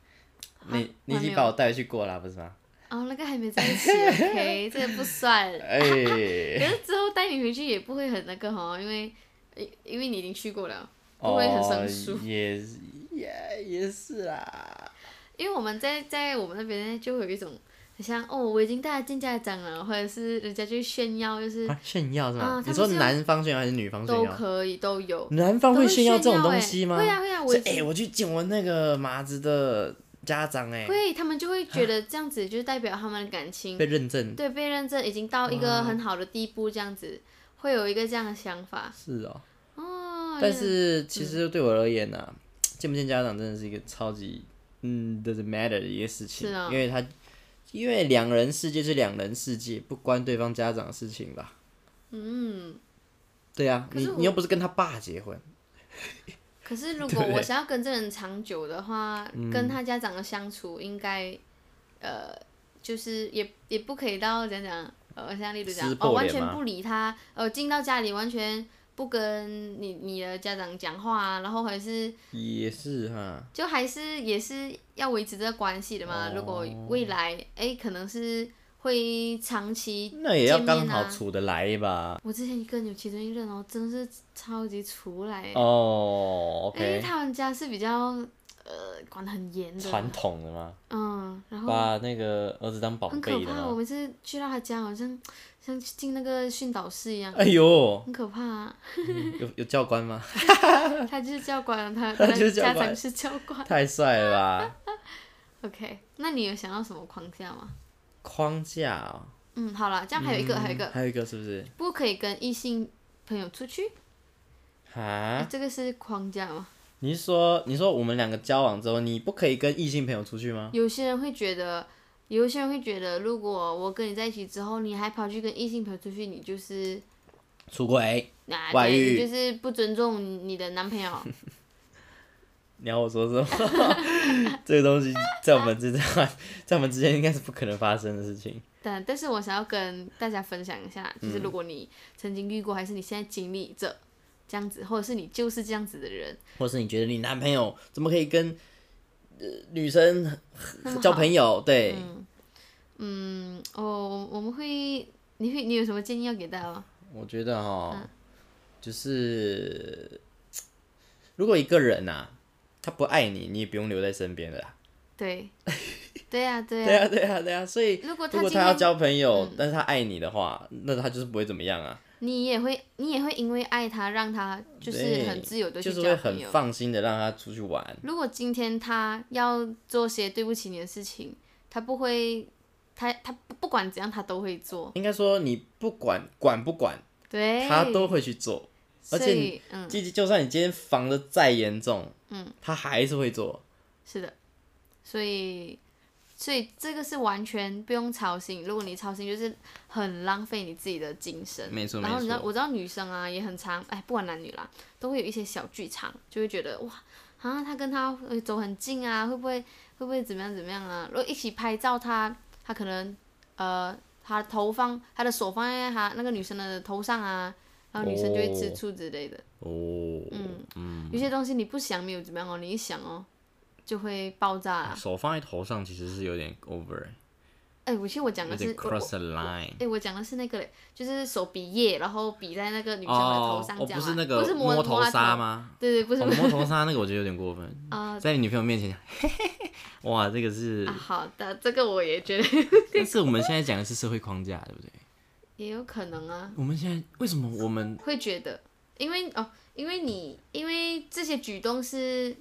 Speaker 1: 你你已经把
Speaker 2: 我
Speaker 1: 我带回去过了，不是吗？
Speaker 2: 哦那个还没在一起，OK，这个不算。
Speaker 1: 哎、
Speaker 2: 可 是之后带你回去也不会很那个哈，因为因因为你已经去过了，不会很生疏。
Speaker 1: 哦、也是也也是啦，
Speaker 2: 因为我们在在我们那边就会有一种很像哦，我已经带他见家长了，或者是人家就会炫耀，就是
Speaker 1: 啊、炫耀是吗？
Speaker 2: 啊他
Speaker 1: 你
Speaker 2: 们
Speaker 1: 说
Speaker 2: 是用
Speaker 1: 男方炫耀还是女方炫
Speaker 2: 都
Speaker 1: 耀？
Speaker 2: 可以都有。
Speaker 1: 男方
Speaker 2: 都会
Speaker 1: 哦炫耀这种
Speaker 2: 炫耀
Speaker 1: 东
Speaker 2: 欸
Speaker 1: 西吗？
Speaker 2: 会啊会啊我
Speaker 1: 是
Speaker 2: 已经
Speaker 1: 哎、我去见我那个麻子的家长哎、
Speaker 2: 会，啊他们就会觉得这样子就代表他们的感情
Speaker 1: 被认证
Speaker 2: 对被认证已经到一个很好的地步，这样子会有一个这样的想法
Speaker 1: 是哦。
Speaker 2: 哦。
Speaker 1: 但
Speaker 2: 原来
Speaker 1: 是其实对我而言呢、啊，见不见家长真的是一个超级嗯 doesn't matter 的一个事情，
Speaker 2: 是啊
Speaker 1: 因为他因为两人世界是两人世界，不关对方家长的事情吧。
Speaker 2: 嗯，
Speaker 1: 对啊，
Speaker 2: 可
Speaker 1: 你
Speaker 2: 是我
Speaker 1: 你又不是跟他爸结婚，
Speaker 2: 可是 如果我想要跟这人长久的话，
Speaker 1: 嗯
Speaker 2: 跟他家长的相处应该呃就是也也不可以到讲讲呃像例如讲
Speaker 1: 撕
Speaker 2: 哦
Speaker 1: 破
Speaker 2: 完
Speaker 1: 脸
Speaker 2: 全
Speaker 1: 吗
Speaker 2: 不理他，呃进到家里完全不跟你你的家长讲话啊，然后还是。
Speaker 1: 也是哈。
Speaker 2: 就还是也是要维持这个关系的嘛。
Speaker 1: 哦
Speaker 2: 如果未来哎、诶可能是会长期，
Speaker 1: 那也要
Speaker 2: 见面
Speaker 1: 刚好
Speaker 2: 啊
Speaker 1: 处得来吧。
Speaker 2: 我之前跟有其中一任哦，真的是超级出来欸，
Speaker 1: 哦
Speaker 2: 哎因为
Speaker 1: ，OK，
Speaker 2: 他们家是比较呃管得很严
Speaker 1: 传
Speaker 2: 的，
Speaker 1: 统的嘛，
Speaker 2: 嗯，然后
Speaker 1: 把那个儿子当宝
Speaker 2: 很可
Speaker 1: 贝的
Speaker 2: 怕。我
Speaker 1: 嘛。
Speaker 2: 每次去到他家，好像像进那个训导室一样。
Speaker 1: 哎呦，
Speaker 2: 很可怕、 啊，
Speaker 1: 有有教官吗？
Speaker 2: 他就是教官，他
Speaker 1: 他
Speaker 2: 他
Speaker 1: 就是教
Speaker 2: 家
Speaker 1: 官
Speaker 2: 长是教 官。
Speaker 1: 太帅了吧！
Speaker 2: OK，那你有想要什么框架吗？
Speaker 1: 框架哦、
Speaker 2: 嗯，好了，这样还有一个，还有一个
Speaker 1: 嗯，还有一个是不是？
Speaker 2: 不可以跟异性朋友出去，
Speaker 1: 啊，
Speaker 2: 这个是框架吗？
Speaker 1: 你是说你说我们两个交往之后，你不可以跟异性朋友出去吗？
Speaker 2: 有些人会觉得，有些人会觉得，如果我跟你在一起之后，你还跑去跟异性朋友出去，你就是
Speaker 1: 出轨？
Speaker 2: 啊，
Speaker 1: 外
Speaker 2: 对，
Speaker 1: 遇
Speaker 2: 你就是不尊重你的男朋 友。
Speaker 1: 你要我说什么？ 这个东西在我们之间，在我们之间应该是不可能发生的事情。
Speaker 2: 但但是我想要跟大家分享一下，就是
Speaker 1: 嗯
Speaker 2: 如果你曾经遇过，还是你现在经历着这样子，或者是你就是这样子的人，
Speaker 1: 或是你觉得你男朋友怎么可以跟、呃、女生
Speaker 2: 那么好
Speaker 1: 交朋友？对，
Speaker 2: 嗯，哦，我我们会，你会，你有什么建议要给大家吗？
Speaker 1: 我觉得哈，
Speaker 2: 嗯
Speaker 1: 就是如果一个人呐、啊，他不爱你，你也不用留在身边了啊啦。
Speaker 2: 对，对呀、对
Speaker 1: 对
Speaker 2: 呀、
Speaker 1: 啊，对啊，对啊，所以。
Speaker 2: 如果他
Speaker 1: 如果
Speaker 2: 今
Speaker 1: 他要
Speaker 2: 天嗯
Speaker 1: 交朋友，但是他爱你的话，那他就是不会怎么样啊，
Speaker 2: 你也会，你也会因为爱他，让他就是
Speaker 1: 对
Speaker 2: 很自由的
Speaker 1: 就
Speaker 2: 去
Speaker 1: 是会
Speaker 2: 交朋
Speaker 1: 很
Speaker 2: 友。
Speaker 1: 放心的让他出去玩。
Speaker 2: 如果今天他要做些对不起你的事情，他不会，他他不不管怎样他都会做，
Speaker 1: 应该说你不管管不管，
Speaker 2: 对，
Speaker 1: 他都会去做。
Speaker 2: 所
Speaker 1: 而且
Speaker 2: 以哎嗯，
Speaker 1: 就就算你今天防的再严重，嗯，他还是会做。
Speaker 2: 是的，所以所以这个是完全不用操心。如果你操心，就是很浪费你自己的精神。
Speaker 1: 没错
Speaker 2: 然后你知
Speaker 1: 没错
Speaker 2: 道，我知道女生啊也很常，哎，不管男女啦，都会有一些小剧场，就会觉得哇啊，他跟他呃走很近啊，会不会会不会怎么样怎么样啊？如果一起拍照他，他可能呃，他头放他的手放在他那个女生的头上啊，然后女生就会吃
Speaker 1: 哦
Speaker 2: 醋之类的。
Speaker 1: 哦，嗯
Speaker 2: 有些东西你不想没有怎么样哦，你一想哦就会爆炸啦。
Speaker 1: 手放在头上其实是有点 over，
Speaker 2: 哎、我其实我讲的是我我
Speaker 1: the line
Speaker 2: 哎、我讲的是那个嘞，就是手比耶，然后比在那个女生的头
Speaker 1: 哦
Speaker 2: 上，
Speaker 1: 哦，
Speaker 2: 这样、
Speaker 1: 不
Speaker 2: 啊
Speaker 1: 是那个
Speaker 2: 不是摸
Speaker 1: 摸头
Speaker 2: 吗？
Speaker 1: 杀吗？
Speaker 2: 对对，不是
Speaker 1: 哦，
Speaker 2: 摸
Speaker 1: 摸头杀那个我觉得有点 过分，
Speaker 2: 啊、
Speaker 1: 在你女朋友面前， 嘿嘿嘿，哇，这个是
Speaker 2: 啊，好的，这个我也觉得
Speaker 1: 但是我们现在讲的是社会框架，对不对？
Speaker 2: 也有可能啊，
Speaker 1: 我们现在为什么我们
Speaker 2: 会觉得，因为哦，因为你因为这些举动是，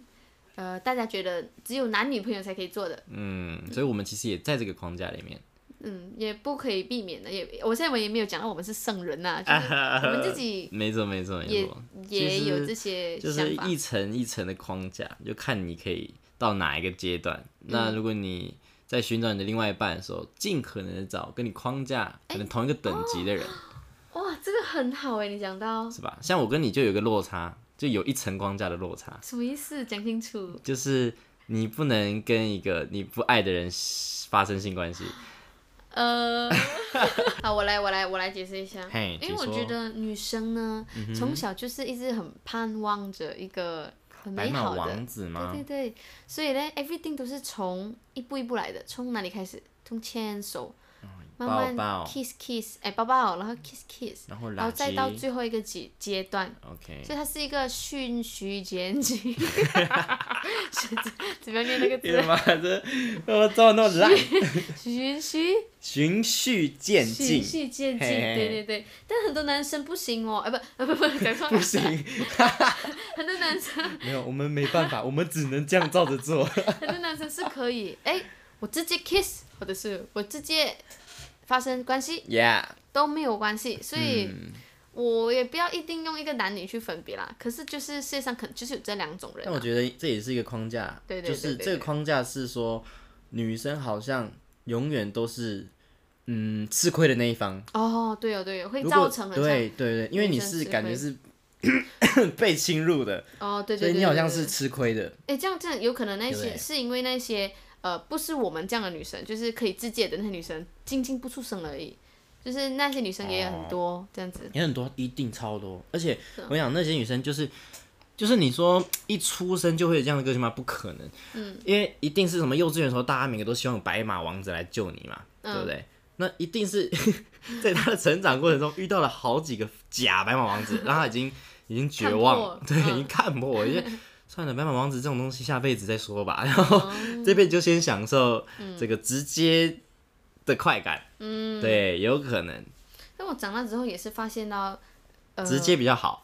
Speaker 2: 呃，大家觉得只有男女朋友才可以做的，
Speaker 1: 嗯，所以我们其实也在这个框架里面。
Speaker 2: 嗯，也不可以避免的，也我现在我也没有讲到我们是圣人呐、 就是我们自己
Speaker 1: 没错，没错，没
Speaker 2: 也
Speaker 1: 错，
Speaker 2: 也
Speaker 1: 其实
Speaker 2: 有这些
Speaker 1: 就
Speaker 2: 想
Speaker 1: 是
Speaker 2: 法，
Speaker 1: 一层一层的框架，就看你可以到哪一个阶段。
Speaker 2: 嗯
Speaker 1: 那如果你在寻找你的另外一半的时候，尽可能的找跟你框架可
Speaker 2: 哎
Speaker 1: 能同一个等级的人，
Speaker 2: 哦哇，这个很好哎，你讲到
Speaker 1: 是吧？像我跟你就有个落差，就有一层框架的落差，
Speaker 2: 什么意思？讲清楚。
Speaker 1: 就是你不能跟一个你不爱的人发生性关系。
Speaker 2: 啊呃， 好，我来，我来，我来解释一下。
Speaker 1: 嘿
Speaker 2: 因为我
Speaker 1: 请说嗯
Speaker 2: 觉得女生呢，从小就是一直很盼望着一个很
Speaker 1: 白
Speaker 2: 美
Speaker 1: 马
Speaker 2: 好的，
Speaker 1: 王子吗？
Speaker 2: 对对对，所以呢，everything 都是从一步一步来的，从哪里开始？从牵手，慢慢
Speaker 1: 哦抱抱
Speaker 2: kiss kiss，哎，抱抱，然后 kiss kiss，
Speaker 1: 然后
Speaker 2: 然
Speaker 1: 垃
Speaker 2: 后哦再到
Speaker 1: 圾。
Speaker 2: 最后一个阶阶段，
Speaker 1: OK，
Speaker 2: 所以它是一个循序渐 进。 是 怎么样念那个
Speaker 1: 你
Speaker 2: 字啊
Speaker 1: 的？妈 这我做那么烂，
Speaker 2: 循序。
Speaker 1: 循序渐
Speaker 2: 循
Speaker 1: 进，
Speaker 2: 序渐进，
Speaker 1: 嘿嘿嘿
Speaker 2: 对对对。但很多男生不行哦，哎、不， 不不不，讲错
Speaker 1: 不
Speaker 2: 了。
Speaker 1: 行，
Speaker 2: 很多男生，
Speaker 1: 没有，我们没办法，我们只能这样照着 做。
Speaker 2: 很多男生是可以， 哎，我直接 kiss，或者是我直接发生关系
Speaker 1: Yeah，
Speaker 2: 都没有关系，所以。
Speaker 1: 嗯
Speaker 2: 我也不要一定用一个男女去分别啦，可是就是世界上可能就是有这两种人
Speaker 1: 但我
Speaker 2: 啊、
Speaker 1: 觉得这也是一个框架，
Speaker 2: 对对对
Speaker 1: 就是
Speaker 2: 对
Speaker 1: 这
Speaker 2: 对
Speaker 1: 个框架是说，女生好像永远都是嗯吃亏的那一方，
Speaker 2: 哦，对哦对哦，会
Speaker 1: 如
Speaker 2: 造
Speaker 1: 果
Speaker 2: 成很像
Speaker 1: 对对对，因为
Speaker 2: 女
Speaker 1: 你
Speaker 2: 生
Speaker 1: 是
Speaker 2: 吃
Speaker 1: 感觉
Speaker 2: 亏
Speaker 1: 是 被侵入的，
Speaker 2: 哦，对
Speaker 1: 所
Speaker 2: 对对
Speaker 1: 以
Speaker 2: 对
Speaker 1: 你好像
Speaker 2: 对
Speaker 1: 是吃亏的。
Speaker 2: 哎，这样这样有可能那
Speaker 1: 对
Speaker 2: 些
Speaker 1: 不对
Speaker 2: 是因为那些呃不是我们这样的女生，就是可以自介的那些女生，进进不出声而已。就是那些女生也有很多、
Speaker 1: 哦
Speaker 2: 这样子，
Speaker 1: 也很多，一定超多。而且
Speaker 2: 啊
Speaker 1: 我想那些女生就是，就是你说一出生就会有这样的个性吗？不可能，嗯，因为一定是什么幼稚园的时候，大家每个都希望有白马王子来救你嘛，
Speaker 2: 嗯
Speaker 1: 对不对？那一定是 在他的成长过程中遇到了好几个假白马 王子，让他已经已经绝
Speaker 2: 看破
Speaker 1: 望，
Speaker 2: 嗯
Speaker 1: 对，已经看破，我觉得算了，白马王子这种东西下辈子再 说吧。然后这辈子就先享受
Speaker 2: 嗯
Speaker 1: 这个直接的快感，嗯，对，有可能
Speaker 2: 但我长大之后也是发现到，呃，
Speaker 1: 直接比较好。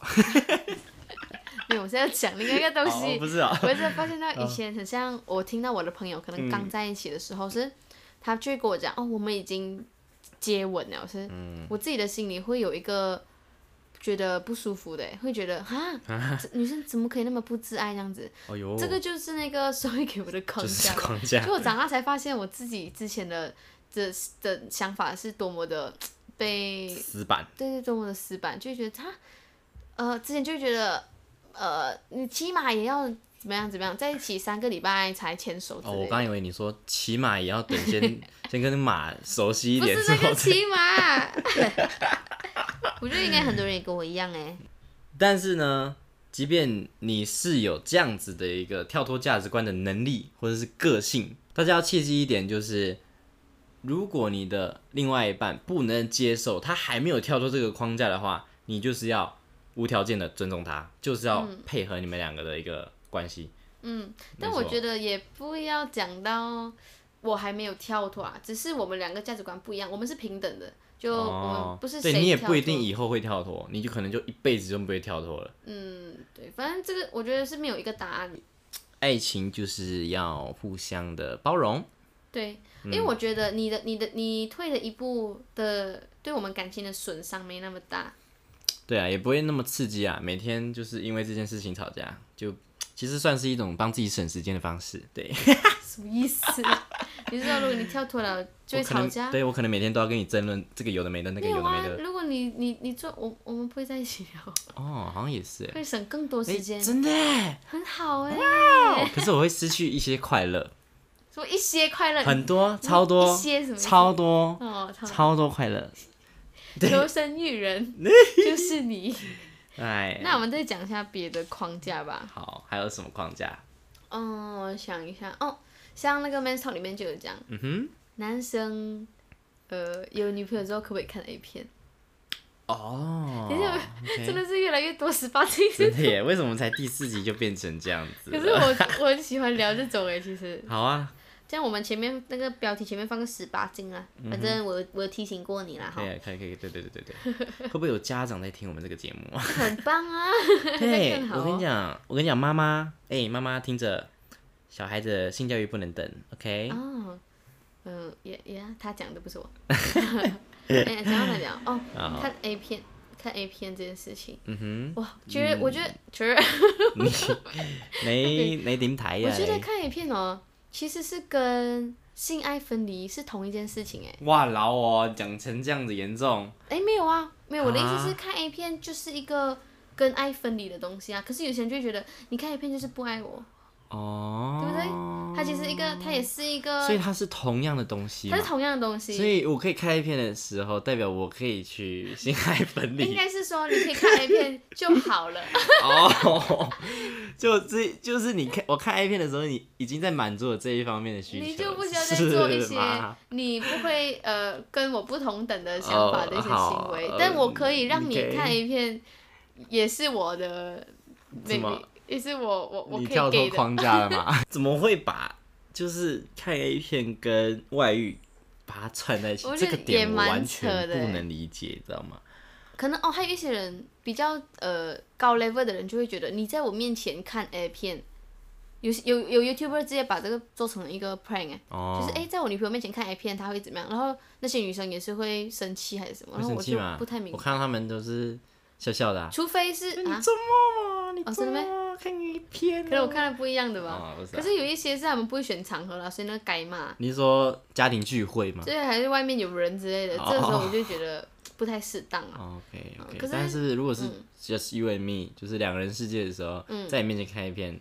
Speaker 2: 没有，我现在讲另外一个 东
Speaker 1: 哦
Speaker 2: 西，
Speaker 1: 不 是啊、
Speaker 2: 我是发现到以前很像我听到我的朋友可能
Speaker 1: 嗯
Speaker 2: 刚在一起的时候是，他就会跟我讲哦，我们已经接吻了，是，
Speaker 1: 嗯
Speaker 2: 我自己的心里会有一个觉得不舒服的，会觉得 哈，这女生怎么可以那么不自爱这样子？
Speaker 1: 哦呦，
Speaker 2: 这个就是那个社会给我的框
Speaker 1: 就是
Speaker 2: 架。
Speaker 1: 框架，
Speaker 2: 就我长大才发现，我自己之前的的的想法是多么的被
Speaker 1: 死板。
Speaker 2: 对对，多么的死板，就会觉得他，呃，之前就会觉得，呃，你起码也要怎么样怎么样，在一起三个礼拜才牵手之
Speaker 1: 哦，我
Speaker 2: 类的，
Speaker 1: 刚以为你说骑马也要等先先跟马熟悉一
Speaker 2: 不
Speaker 1: 点
Speaker 2: 是
Speaker 1: 之
Speaker 2: 那
Speaker 1: 后
Speaker 2: 个
Speaker 1: 再，
Speaker 2: 骑马。 我觉得应该很多人也跟我一样哎，
Speaker 1: 但是呢，即便你是有这样子的一个跳脱价值观的能力或者是个性，大家要切记一点就是。如果你的另外一半不能接受，他还没有跳脱这个框架的话，你就是要无条件的尊重他，就是要配合你们两个的一个关系。
Speaker 2: 嗯但
Speaker 1: 没
Speaker 2: 我
Speaker 1: 错
Speaker 2: 觉得也不要讲到我还没有跳脱啊，只是我们两个价值观不一样，我们是平等的，就我
Speaker 1: 哦
Speaker 2: 们，不是谁
Speaker 1: 对你也
Speaker 2: 跳
Speaker 1: 不一
Speaker 2: 脱
Speaker 1: 定以后会跳脱，你就可能就一辈子就不会跳脱了。
Speaker 2: 嗯，对，反正这个我觉得是没有一个答案
Speaker 1: 爱情就是要互相的包容，
Speaker 2: 对，因
Speaker 1: 嗯
Speaker 2: 为我觉得你的、你的、你退了一步的，对我们感情的损伤没那么大。
Speaker 1: 对啊，也不会那么刺激啊。每天就是因为这件事情吵架，就其实算是一种帮自己省时间的方式。对，
Speaker 2: 什么 意思？你知道，如果你跳脱了，就会
Speaker 1: 我可
Speaker 2: 吵
Speaker 1: 能
Speaker 2: 架。
Speaker 1: 哦对我可能每天都要跟你争论这个有的没的，那个
Speaker 2: 没有
Speaker 1: 的没
Speaker 2: 啊，
Speaker 1: 的。
Speaker 2: 如果你你你做，我我们不会在一起聊，
Speaker 1: 哦，好像也是欸，
Speaker 2: 会省更多时间
Speaker 1: 诶，真的欸。
Speaker 2: 很好哎、
Speaker 1: 哦可是我会失去一些快乐，
Speaker 2: 说一些快乐，
Speaker 1: 很 多超多
Speaker 2: 一些什么意思
Speaker 1: 超多
Speaker 2: 哦，操
Speaker 1: 超多快乐。对
Speaker 2: 求生育 人就是你。
Speaker 1: 哎，
Speaker 2: 那我们再讲一下别的框架吧。
Speaker 1: 好，还有什么框架？
Speaker 2: 嗯，我想一下哦，像那个 Men's Talk 里面就有讲，
Speaker 1: 嗯哼，
Speaker 2: 男生，呃，有女朋友之后可不可以看 A 片？
Speaker 1: 哦
Speaker 2: 等一下，
Speaker 1: OK
Speaker 2: 真的是越来越多十八禁。
Speaker 1: 真的耶，为什么才第四集就变成这样子
Speaker 2: 可
Speaker 1: 了？
Speaker 2: 是我我很喜欢聊这种哎，其实
Speaker 1: 好啊，
Speaker 2: 这样我们前面那个标题前面放个十八禁啊，反正我有我有提醒过你啦哈
Speaker 1: 可，以啊可以可以，嗯对对对对对， 会不会有家长在听我们这个节目？
Speaker 2: 很棒啊！
Speaker 1: 对，
Speaker 2: 更好
Speaker 1: 我跟
Speaker 2: 哦
Speaker 1: 你讲，我跟你讲，妈妈，哎、妈妈听着，小孩子的性教育不能等，OK？、
Speaker 2: 哦，嗯，也也啊，他讲的不是 我。哎，讲到哪里啊？哦，看 A 片，看 A 片这件事情，
Speaker 1: 嗯
Speaker 2: 哇，觉得我觉得觉得
Speaker 1: 哼，没 没点台呀、哎
Speaker 2: 我觉得看 A 片哦，其实是跟性爱分离是同一件事情哎。
Speaker 1: 哇，老哦，讲成这样子严重，
Speaker 2: 哎，没有啊，没有，我的意思是
Speaker 1: 啊
Speaker 2: 看 A 片就是一个跟爱分离的东西啊。可是有些人就会觉得你看 A 片就是不爱我，
Speaker 1: 哦，
Speaker 2: 对不对？它其实一个，它也是一个
Speaker 1: 所，以它是同样的东西
Speaker 2: 它
Speaker 1: 嘛
Speaker 2: 是。同样的东西
Speaker 1: 所。以我可以看 A 片的时候，代表我可以去性爱分
Speaker 2: 应
Speaker 1: 离
Speaker 2: 该是说你可以看 A 片就好了。
Speaker 1: 哦。就这就是你看我看 A 片的时候，你已经在满足了这一方面的需求了，
Speaker 2: 你就不需要再做一
Speaker 1: 是啊
Speaker 2: 些
Speaker 1: 吗
Speaker 2: 你不会呃跟我不同等的想法的一些
Speaker 1: 哦
Speaker 2: 行为，
Speaker 1: 好
Speaker 2: 但我可以让你
Speaker 1: 嗯，OK
Speaker 2: 看 A 片，也是我的
Speaker 1: 怎么
Speaker 2: maybe，也是我我我
Speaker 1: 你
Speaker 2: 可
Speaker 1: 跳
Speaker 2: 以
Speaker 1: 脱
Speaker 2: 给的。
Speaker 1: 框架了嘛？怎么会把就是看 A 片跟外遇把它串在一起
Speaker 2: 我？觉
Speaker 1: 这
Speaker 2: 得
Speaker 1: 个点
Speaker 2: 也
Speaker 1: 我
Speaker 2: 蛮
Speaker 1: 完
Speaker 2: 扯
Speaker 1: 全
Speaker 2: 的
Speaker 1: 不
Speaker 2: 欸
Speaker 1: 能理解，知道吗？
Speaker 2: 可能哦，还有一些人比较呃高 level 的人就会觉得你在我面前看 A 片，有有有 YouTuber 直接把这个做成了一个 prank 哎、
Speaker 1: 哦，
Speaker 2: 就是哎、在我女朋友面前看 A 片，她会怎么样？然后那些女生也是会生气还是什么？
Speaker 1: 会
Speaker 2: 然后
Speaker 1: 生
Speaker 2: 我
Speaker 1: 气
Speaker 2: 就
Speaker 1: 嘛？
Speaker 2: 不太明
Speaker 1: 我
Speaker 2: 白，
Speaker 1: 看到他们都是笑笑的、啊。
Speaker 2: 除非是
Speaker 1: 你
Speaker 2: 啊，
Speaker 1: 做梦啊？你
Speaker 2: 哦
Speaker 1: 做
Speaker 2: 真的咩
Speaker 1: 梦啊看 A 片、啊？
Speaker 2: 可能我看了不一样的吧。
Speaker 1: 哦，不是、
Speaker 2: 可
Speaker 1: 啊。
Speaker 2: 是有一些是他们不会选场合啦，所以那该骂，
Speaker 1: 你是说家庭聚会吗
Speaker 2: 所以还是外面有人之类的。
Speaker 1: 哦
Speaker 2: 这个时候我就觉得不太适当啊。
Speaker 1: ？OK
Speaker 2: 嗯
Speaker 1: OK，、
Speaker 2: 可是嗯
Speaker 1: 但是如果是 just you and me，、就是两个人世界的时候，在你面前看 A 片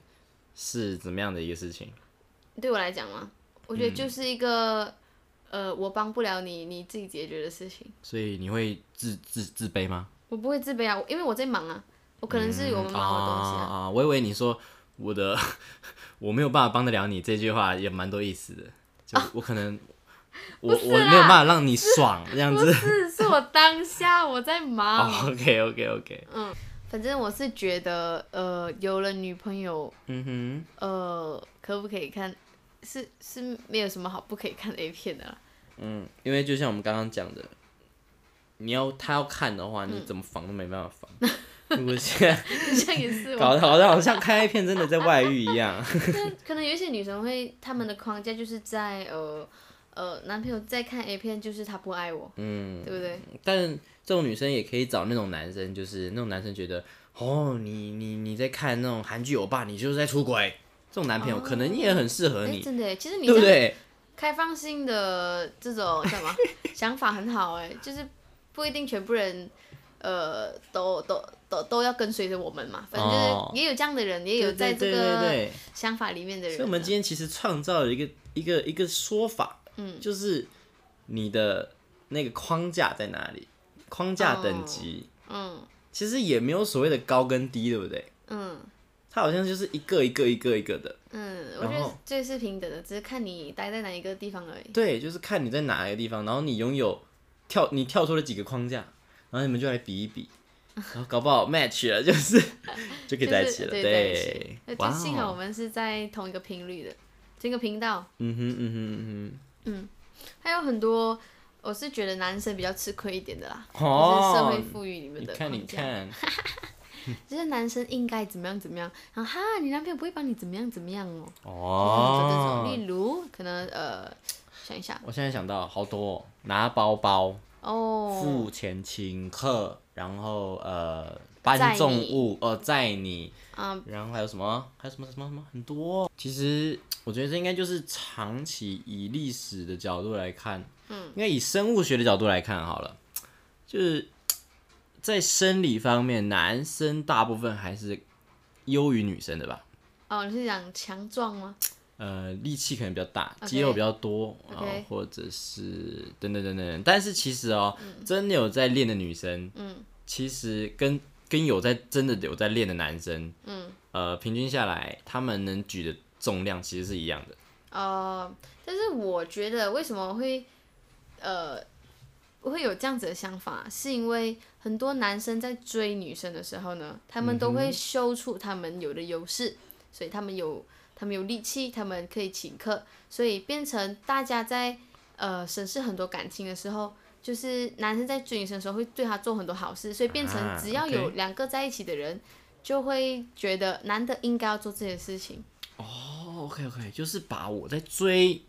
Speaker 1: 是怎么样的一个事情？
Speaker 2: 对我来讲嘛，我
Speaker 1: 嗯
Speaker 2: 觉得就是一个、呃，我帮不了你，你自己解决的事情。
Speaker 1: 所以你会自自自卑吗？
Speaker 2: 我不会自卑啊，因为我在忙啊，我可能是有
Speaker 1: 嗯
Speaker 2: 我忙的东西啊。
Speaker 1: 啊！我以为你说我的 我没有办法帮得了你这句话也蛮多意思的，就我 可能、我
Speaker 2: 啊不是
Speaker 1: 我没有办法让你爽这样
Speaker 2: 不
Speaker 1: 子。
Speaker 2: 是，是我当下我在忙。
Speaker 1: 哦 OK OK OK，
Speaker 2: 反正我是觉得，呃，有了女朋友，
Speaker 1: 嗯
Speaker 2: 呃，可不可以看？是是没有什么好不可以看 A 片的啦。
Speaker 1: 哼，嗯，因为就像我们刚刚讲的，你要他要看的话，你怎么防都没办法防。 如果现在
Speaker 2: 这样也是我
Speaker 1: 搞得好像好像看 A 片真的在外遇一样，
Speaker 2: 那 可能有一些女生会，她们的框架就是在呃呃，男朋友在看 A 片，就是他不爱我，
Speaker 1: 嗯，
Speaker 2: 对不对？
Speaker 1: 但这种女生也可以找那种男生，就是那种男生觉得，哦，你你你在看那种韩剧欧巴，你就是在出轨，这种男朋友可能也很适合
Speaker 2: 哎，
Speaker 1: 你，
Speaker 2: 真的耶，其实你
Speaker 1: 对不
Speaker 2: 这样
Speaker 1: 对？
Speaker 2: 开放性的这种叫什 么想法很好哎，就是不一定全部人呃都都都都要跟随着我们嘛，反正
Speaker 1: 哦
Speaker 2: 就是也有这样的人，也有在这
Speaker 1: 对对对
Speaker 2: 个
Speaker 1: 对
Speaker 2: 想法里面的
Speaker 1: 对，
Speaker 2: 人
Speaker 1: 所以
Speaker 2: 啊。
Speaker 1: 我们今天其实创造了一个一个一个说法，嗯，就是你的那个框架在哪里，框架等级，
Speaker 2: 嗯
Speaker 1: 其实也没有所谓的高跟低，对不对？
Speaker 2: 嗯
Speaker 1: 它好像就是一个一个一个一个的，
Speaker 2: 嗯，我觉
Speaker 1: 然
Speaker 2: 得
Speaker 1: 后
Speaker 2: 这是平等的，只是看你待在哪一个地方而已。
Speaker 1: 对，就是看你在哪一个地方，然后你拥有跳你跳出了几个框架，然后你们就来比一比，然后搞不好 match 了，就是 就可以在一起了。
Speaker 2: 就是对，
Speaker 1: 对
Speaker 2: 在一起，
Speaker 1: 哇
Speaker 2: 就幸啊好我
Speaker 1: 哦，
Speaker 2: 们是在同一个频率的，这个频道。
Speaker 1: 嗯哼嗯哼
Speaker 2: 还有很多，我是觉得男生比较吃亏一点的啦，
Speaker 1: 嗯哼，哦，
Speaker 2: 就是社会赋予你们
Speaker 1: 你
Speaker 2: 的
Speaker 1: 看你
Speaker 2: 框架，
Speaker 1: 看，
Speaker 2: 就是男生应该怎么样怎么样，然后哈，你男朋友不会帮你怎么样怎么样哦，
Speaker 1: 哦
Speaker 2: 就这种，，例如可能呃，想一下
Speaker 1: 我现在想到好多、哦，拿包包、
Speaker 2: 哦，
Speaker 1: 付钱请客，然后呃
Speaker 2: 载
Speaker 1: 搬
Speaker 2: 你
Speaker 1: 重物，呃载你，
Speaker 2: 啊，
Speaker 1: 然后还有什么？还有什么什么什么很多哦、其实我觉得这应该就是长期以历史的角度来看，嗯，应该以生物学的角度来看好了，就是在生理方面，男生大部分还是优于女生的吧。
Speaker 2: 哦，你是讲强壮吗？
Speaker 1: 呃，力气可能比较大，
Speaker 2: OK
Speaker 1: 肌肉比较多，然后
Speaker 2: OK
Speaker 1: 或者是等等等等。但是其实哦，真的有在练的女生，
Speaker 2: 嗯，
Speaker 1: 其实跟跟有在真的有在练的男生，
Speaker 2: 嗯，
Speaker 1: 呃，平均下来，他们能举的重量其实是一样的。
Speaker 2: 呃，但是我觉得为什么会呃会有这样子的想法，是因为很多男生在
Speaker 1: 嗯
Speaker 2: 追女生的时候呢，他们都会秀出他们有的优势，所以他们有他们有力气，他们可以请客，所以变成大家在呃审视很多感情的时候，就是男生在追女生的时候会对她做很多好事，所以变成
Speaker 1: 啊
Speaker 2: 只要有
Speaker 1: OK
Speaker 2: 两个在一起的人，就会觉得男的应该要做这些事情。
Speaker 1: 哦，OK OK，就是把我在追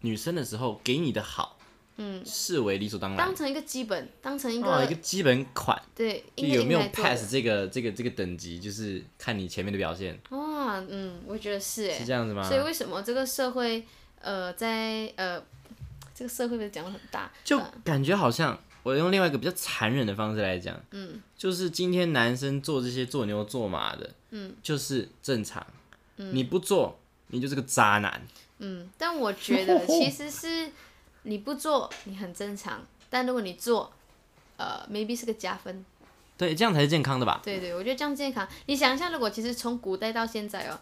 Speaker 1: 女生的时候给你的好，嗯，视为理所当然
Speaker 2: 当，成一个基本，当成一个、
Speaker 1: 哦，一个基本款，
Speaker 2: 对，
Speaker 1: 就
Speaker 2: 应该
Speaker 1: 有没有
Speaker 2: 应该做的
Speaker 1: pass 这个这个这个等级，就是看你前面的表现，
Speaker 2: 啊，嗯，我觉得是哎
Speaker 1: 是，这样子吗
Speaker 2: 所？以为什么这个社会，呃，在呃，这个社会不是讲的很大，
Speaker 1: 就感觉好像我用另外一个比较残忍的方式来讲，嗯，就是今天男生做这些做牛做马的，嗯，就是正常，嗯、你不做你就是个渣男，
Speaker 2: 嗯，但我觉得 其实是你不做你很正常，但如果你做，呃，maybe 是个加分。
Speaker 1: 对，这样才是健康的吧？
Speaker 2: 对对，我觉得这样健康。你想一下，如果其实从古代到现在哦，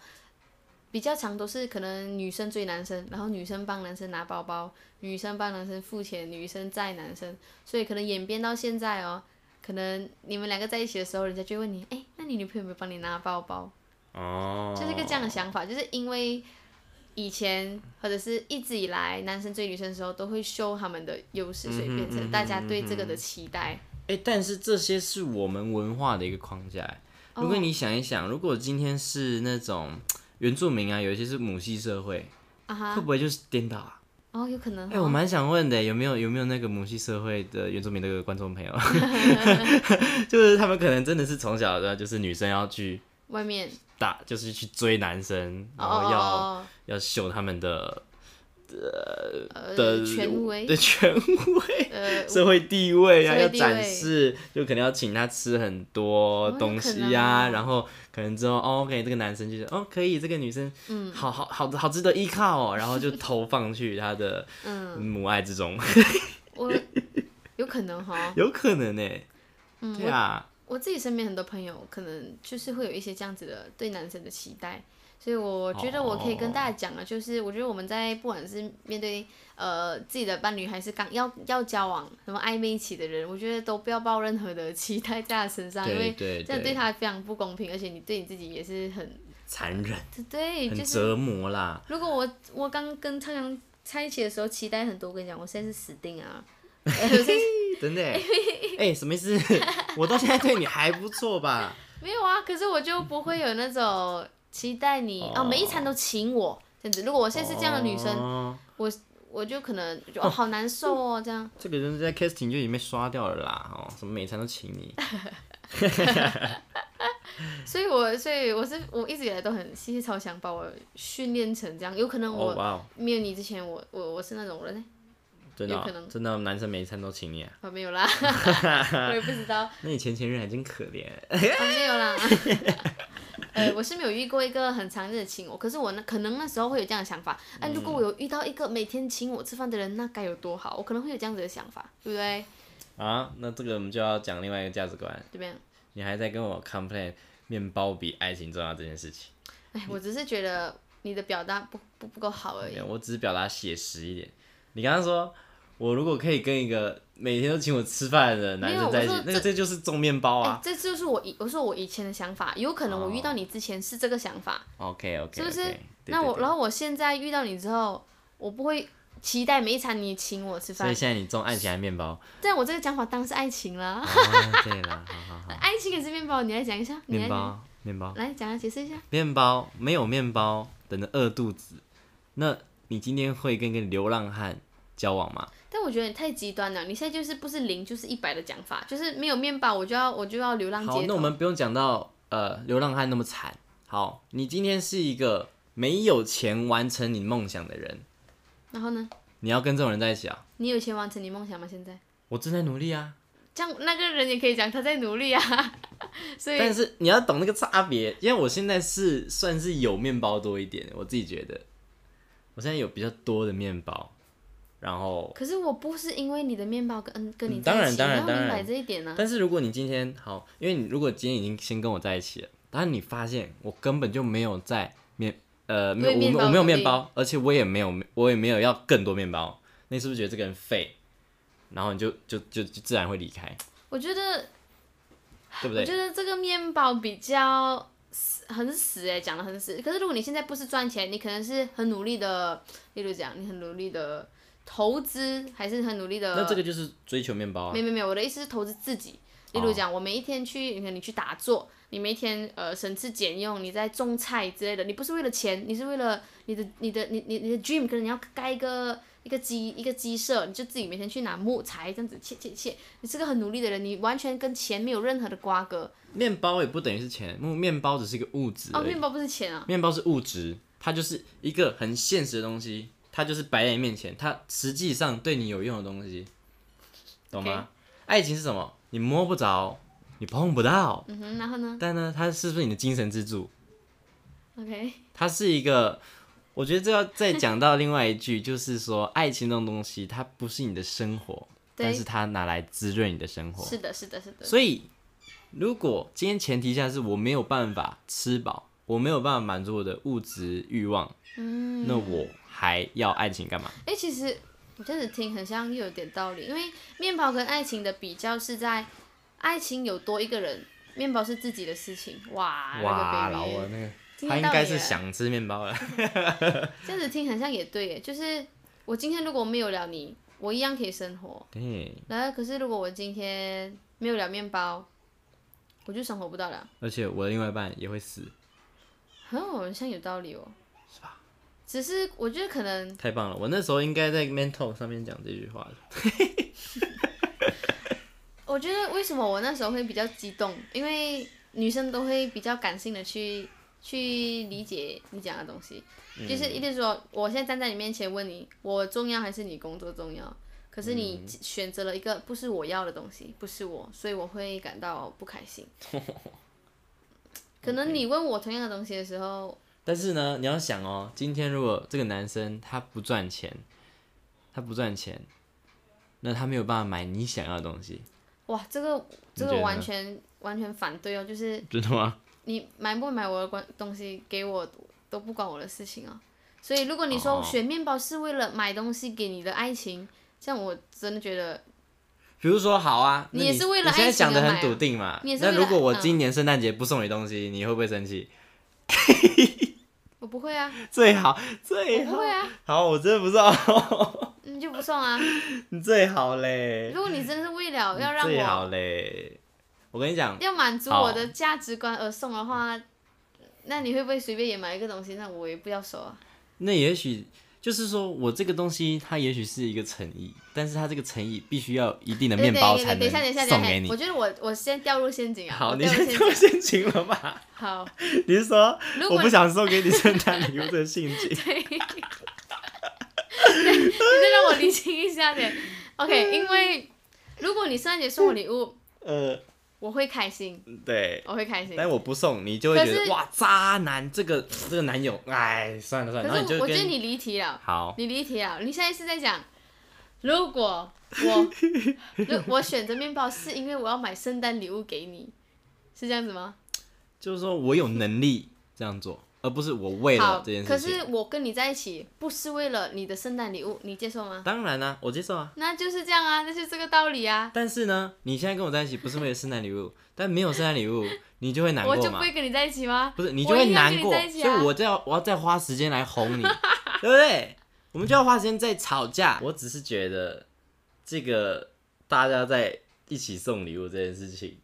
Speaker 2: 比较常都是可能女生追男生，然后女生帮男生拿包包，女生帮男生付钱，女生载男生，所以可能演变到现在哦，可能你们两个在一起的时候，人家就会问你，哎，那你女朋友有没有帮你拿包包？
Speaker 1: 哦，
Speaker 2: 就是一个这样的想法，就是因为以前或者是一直以来，男生追女生的时候都会秀他们的优势，
Speaker 1: 嗯
Speaker 2: 所以变成大家对这个的期待。
Speaker 1: 哎、但是这些是我们文化的一个框架欸。
Speaker 2: 哦
Speaker 1: 如果你想一想，如果今天是那种原住民啊，有一些是母系社会，
Speaker 2: 啊
Speaker 1: 会
Speaker 2: 哈，
Speaker 1: 不会就是颠倒啊？
Speaker 2: 哦，有可能
Speaker 1: 哎、
Speaker 2: 哦。
Speaker 1: 我蛮想问的，有没有有没有那个母系社会的原住民的观众 朋友？就是他们可能真的是从小的，就是女生要去
Speaker 2: 外面
Speaker 1: 打，就是去追男生，
Speaker 2: 哦
Speaker 1: 然后要、
Speaker 2: 哦
Speaker 1: 要秀他们的
Speaker 2: 哦哦
Speaker 1: 的
Speaker 2: 呃权威
Speaker 1: 的权
Speaker 2: 呃
Speaker 1: 社会地位啊，
Speaker 2: 社
Speaker 1: 要
Speaker 2: 会地位
Speaker 1: 展示，就可能要请他吃很多
Speaker 2: 哦
Speaker 1: 东
Speaker 2: 有可
Speaker 1: 西
Speaker 2: 能
Speaker 1: 啊，
Speaker 2: 哦
Speaker 1: 然后可能之后哦，OK，这个男生就是哦，可以，这个女生，嗯，好好好好值得依靠哦，然后就投放去他的母爱之中，
Speaker 2: 嗯 我有可能哈。
Speaker 1: 有可能呢，
Speaker 2: 嗯
Speaker 1: 对啊，
Speaker 2: 我自己身边很多朋友可能就是会有一些这样子的对男生的期待，所以
Speaker 1: 哦
Speaker 2: 我觉得我可以跟大家讲的，就是我觉得我们在不管是面对呃自己的伴侣，还是刚要要交往什么暧昧期的人，我觉得都不要抱任何的 期待在他身啊上，因
Speaker 1: 对
Speaker 2: 为
Speaker 1: 对
Speaker 2: 这样对
Speaker 1: 对，
Speaker 2: 他非常不公平，而且你对你自己也是很
Speaker 1: 残忍，
Speaker 2: 对，
Speaker 1: 很
Speaker 2: 就是
Speaker 1: 折 磨啦，
Speaker 2: 如果我我刚跟他刚在一起的时候期待很多，我跟你讲，我现在是死定啊，呃我现在是
Speaker 1: 真的欸，哎，什么意思？ 我到现在对你还不错吧？
Speaker 2: 没有啊，可是我就不会有那种期待你哦
Speaker 1: 哦
Speaker 2: 每一餐都请我这样子。如果我现在是这样的女生，
Speaker 1: 哦
Speaker 2: 我就可能就哦好难受哦这样。
Speaker 1: 这个人在 casting 就已经被刷掉了啦，哦，什么每餐都请你，
Speaker 2: 所以我所以我是我一直以来都很其实超想把我训练成这样，有可能
Speaker 1: 哦
Speaker 2: 我、
Speaker 1: 哇哦。
Speaker 2: 没有你之前我我我是那种人呢，
Speaker 1: 真的哦、
Speaker 2: 有可能
Speaker 1: 真的哦、男生每一餐都请你啊？
Speaker 2: 哦没有 啦，我也不知道。
Speaker 1: 那你前前任还真可怜。
Speaker 2: 啊，没有啦。 呃，我是没有遇过一个很常的请我，可是我那可能那时候会有这样的想法。哎、
Speaker 1: 嗯
Speaker 2: 如果我有遇到一个每天请我吃饭的人，那该有多好！我可能会有这样子的想法，对不对？
Speaker 1: 啊，那这个我们就要讲另外一个价值观。
Speaker 2: 对不对？
Speaker 1: 你还在跟我 complain 面包比爱情重要这件事情？
Speaker 2: 哎，我只是觉得你的表达不不不够好而
Speaker 1: 嗯没
Speaker 2: 已。
Speaker 1: 有我只是表达写实一点。你刚刚说，我如果可以跟一个每天都请我吃饭的男
Speaker 2: 没有
Speaker 1: 生在一
Speaker 2: 我
Speaker 1: 起
Speaker 2: 说，
Speaker 1: 那个这就是种面包
Speaker 2: 哎
Speaker 1: 啊。，
Speaker 2: 这就是我以我说我以前的想法，有可能我遇到你之前是这个想法，
Speaker 1: OK OK，
Speaker 2: 是不是
Speaker 1: OK，对
Speaker 2: 那
Speaker 1: 对
Speaker 2: 我
Speaker 1: 对
Speaker 2: 然后我现在遇到你之后，我不会期待每一餐你请我吃
Speaker 1: 所以
Speaker 2: 饭，
Speaker 1: 现在你种爱情还是 面包？
Speaker 2: 但我这个讲法当是爱情啦，
Speaker 1: 啊，对啦，好好好，
Speaker 2: 爱情也是面包，你来讲一下，你来
Speaker 1: 面
Speaker 2: 讲
Speaker 1: 包面包。
Speaker 2: 来讲一下解释一下。
Speaker 1: 面包没有面包，等着饿肚子。那你今天会跟一个流浪汉交往吗？
Speaker 2: 但我觉得你太极端了，你现在就是不是零就是一百的讲法，就是没有面包我就要我就要流浪街头。
Speaker 1: 好，那我们不用讲到呃流浪汉那么惨。好，你今天是一个没有钱完成你梦想的人，
Speaker 2: 然后呢？
Speaker 1: 你要跟这种人在一起啊？
Speaker 2: 你有钱完成你梦想吗？现在
Speaker 1: 我正在努力啊，
Speaker 2: 这样那个人也可以讲他在努 力啊，所以
Speaker 1: 但是你要懂那个差别，因为我现在是算是有面包多一点，我自己觉得，我现在有比较多的面包，然后
Speaker 2: 可是我不是因为你的面包跟跟你
Speaker 1: 嗯当然
Speaker 2: 在一起
Speaker 1: 当然
Speaker 2: 你要明
Speaker 1: 当
Speaker 2: 白
Speaker 1: 然
Speaker 2: 这一点呢、
Speaker 1: 但是如果你今天好，因为你如果今天已经先跟我在一起了，但是你发现我根本就没有在面呃没有
Speaker 2: 为面
Speaker 1: 我
Speaker 2: 包
Speaker 1: 我没有
Speaker 2: 努力
Speaker 1: 面包，而且我也没有我也没有要更多面包，那你是不是觉得这个人废？然后你就就就就自然会离开，
Speaker 2: 我觉得
Speaker 1: 对不
Speaker 2: 我
Speaker 1: 对？
Speaker 2: 觉得这个面包比较死很死哎、讲的很死。可是如果你现在不是赚钱，你可能是很努力的，例如讲你很努力的投资，还是很努力的。
Speaker 1: 那这个就是追求面包啊
Speaker 2: 没。没没有，我的意思是投资自己。例如讲，我每一天去，你看你去打坐，你每一天呃省吃俭用，你在种菜之类的，你不是为了钱，你是为了你的你的你你你的 dream，可能你要盖一个一个鸡一个鸡舍，你就自己每天去拿木材这样子切切切，你是个很努力的人，你完全跟钱没有任何的瓜葛。
Speaker 1: 面包也不等于是钱，面面包只是一个物质
Speaker 2: 哦，
Speaker 1: 而已。
Speaker 2: 面包不是钱啊，
Speaker 1: 面包是物质，它就是一个很现实的东西，它就是摆在你面前，它实际上对你有用的东西，懂吗爱情是什么？你摸不着，你碰不到，
Speaker 2: 嗯哼，然后呢
Speaker 1: 但呢，它是不是你的精神支柱？
Speaker 2: ？OK，
Speaker 1: 它是一个，我觉得这要再讲到另外一句，就是说，爱情这种东西，它不是你的生活，
Speaker 2: 对
Speaker 1: 但是它拿来滋润你的生活。
Speaker 2: 是的，是的，是的，
Speaker 1: 所以，如果今天前提下是我没有办法吃饱，我没有办法满足我的物质欲望，
Speaker 2: 嗯。
Speaker 1: 那我还要爱情干嘛？
Speaker 2: 哎、其实我这样子听很像又有点道理，因为面包跟爱情的比较是在爱情有多一个人，面包是自己的事情。哇，
Speaker 1: 哇，
Speaker 2: 那
Speaker 1: 老
Speaker 2: 个
Speaker 1: 我
Speaker 2: baby，
Speaker 1: 那个。
Speaker 2: 今
Speaker 1: 他
Speaker 2: 天
Speaker 1: 应
Speaker 2: 到
Speaker 1: 该
Speaker 2: 你
Speaker 1: 是
Speaker 2: 了
Speaker 1: 想吃面 包了，
Speaker 2: 这样子听很像也对耶，就是我今天如果没有了你，我一样可以生活。
Speaker 1: 对，
Speaker 2: 然后可是如果我今天没有了面包，我就生活不到了。
Speaker 1: 而且我的另外一半也会死，
Speaker 2: 哦，好像有道理哦。是吧？只是我觉得可能
Speaker 1: 太棒了！我那时候应该在 mental 上面讲这句话的，
Speaker 2: 我觉得为什么我那时候会比较激动，因为女生都会比较感性的去去理解你讲的东西，就是一定说，我现在站在你面前问你，我重要还是你工作重要？可是你选择了一个不是我要的东西，不是我，所以我会感到不开 心。可能你问我同样的东西的时候，
Speaker 1: 但是呢，你要想哦，今天如果这个男生他不赚钱，他不赚钱，那他没有办法买你想要的东西，
Speaker 2: 哇，这个这
Speaker 1: 你觉得
Speaker 2: 个
Speaker 1: 呢
Speaker 2: 完全完全反对哦，就是
Speaker 1: 真的吗？
Speaker 2: 你买不买我的关东西给我都不关我的事情啊。所以如果你说
Speaker 1: 哦
Speaker 2: 选面包是为了买东西给你的爱情，这样我真的觉得
Speaker 1: 比如说，好啊，
Speaker 2: 你
Speaker 1: 那
Speaker 2: 也是为了
Speaker 1: 你现在
Speaker 2: 爱情
Speaker 1: 讲的
Speaker 2: 而
Speaker 1: 很
Speaker 2: 买啊
Speaker 1: 笃定嘛
Speaker 2: 你也。是为
Speaker 1: 那
Speaker 2: 了
Speaker 1: 如果我
Speaker 2: 嗯
Speaker 1: 今年圣诞节不送你东西，你会不会生气？
Speaker 2: 我不会啊，
Speaker 1: 最好
Speaker 2: 我
Speaker 1: 最
Speaker 2: 不会啊，
Speaker 1: 好，我真的不知道，
Speaker 2: 你就不送 啊。
Speaker 1: 你最好嘞
Speaker 2: 如，果你真的是为了要让
Speaker 1: 最好
Speaker 2: 我
Speaker 1: 嘞。我跟你讲，
Speaker 2: 要满足我的价值观而送的话，那你会不会随便也买一个东西？那我也不要收啊。
Speaker 1: 那也许就是说我这个东西，它也许是一个诚意，但是它这个诚意必须要有一定的
Speaker 2: 对
Speaker 1: 面包
Speaker 2: 对
Speaker 1: 才
Speaker 2: 对，
Speaker 1: 能
Speaker 2: 等一下，等一下，
Speaker 1: 送
Speaker 2: 等
Speaker 1: 给
Speaker 2: 一下，
Speaker 1: 你
Speaker 2: 我。觉得我我先掉入陷阱啊。
Speaker 1: 好，
Speaker 2: 我
Speaker 1: 你
Speaker 2: 掉入
Speaker 1: 先
Speaker 2: 陷
Speaker 1: 做
Speaker 2: 阱。
Speaker 1: 陷阱了吧？
Speaker 2: 好，
Speaker 1: 你是说
Speaker 2: 如
Speaker 1: 我
Speaker 2: 果
Speaker 1: 不想送给你圣诞礼物的陷阱？
Speaker 2: 你再让我理清一下点。OK，因
Speaker 1: 嗯
Speaker 2: 为如果你圣诞节送我礼物，
Speaker 1: 呃，
Speaker 2: 我会开心，
Speaker 1: 对。
Speaker 2: 我会开心。
Speaker 1: 嗯但我不送，你就会
Speaker 2: 可
Speaker 1: 觉得
Speaker 2: 是
Speaker 1: 哇，渣男这个这个男友，哎，算了算了，然后
Speaker 2: 可
Speaker 1: 你就是
Speaker 2: 我觉得
Speaker 1: 跟
Speaker 2: 你离题了，
Speaker 1: 好，
Speaker 2: 你离题了。你现在是在讲，如果我 如我选择面包是因为我要买圣诞礼物给你，是这样子吗？
Speaker 1: 就是说我有能力这样做，而不是我为
Speaker 2: 好
Speaker 1: 了这件，
Speaker 2: 可
Speaker 1: 事情。
Speaker 2: 是我跟你在一起不是为了你的圣诞礼物，你接受吗？
Speaker 1: 当然啦、我接受啊。
Speaker 2: 那就是这样啊，那就是这个道理啊。
Speaker 1: 但是呢，你现在跟我在一起不是为了圣诞礼物，但没有圣诞礼物， 你就会难
Speaker 2: 我
Speaker 1: 过
Speaker 2: 就不
Speaker 1: 嘛？
Speaker 2: 会跟你在一起吗？
Speaker 1: 不是，你就
Speaker 2: 我
Speaker 1: 会
Speaker 2: 一定要跟
Speaker 1: 难
Speaker 2: 你
Speaker 1: 过，
Speaker 2: 在一起
Speaker 1: 所
Speaker 2: 啊
Speaker 1: 以我就要我要再花时间 来哄你，对不对？我们就要花时间在吵架。我只是觉得这个大家在一起送礼物这件事情，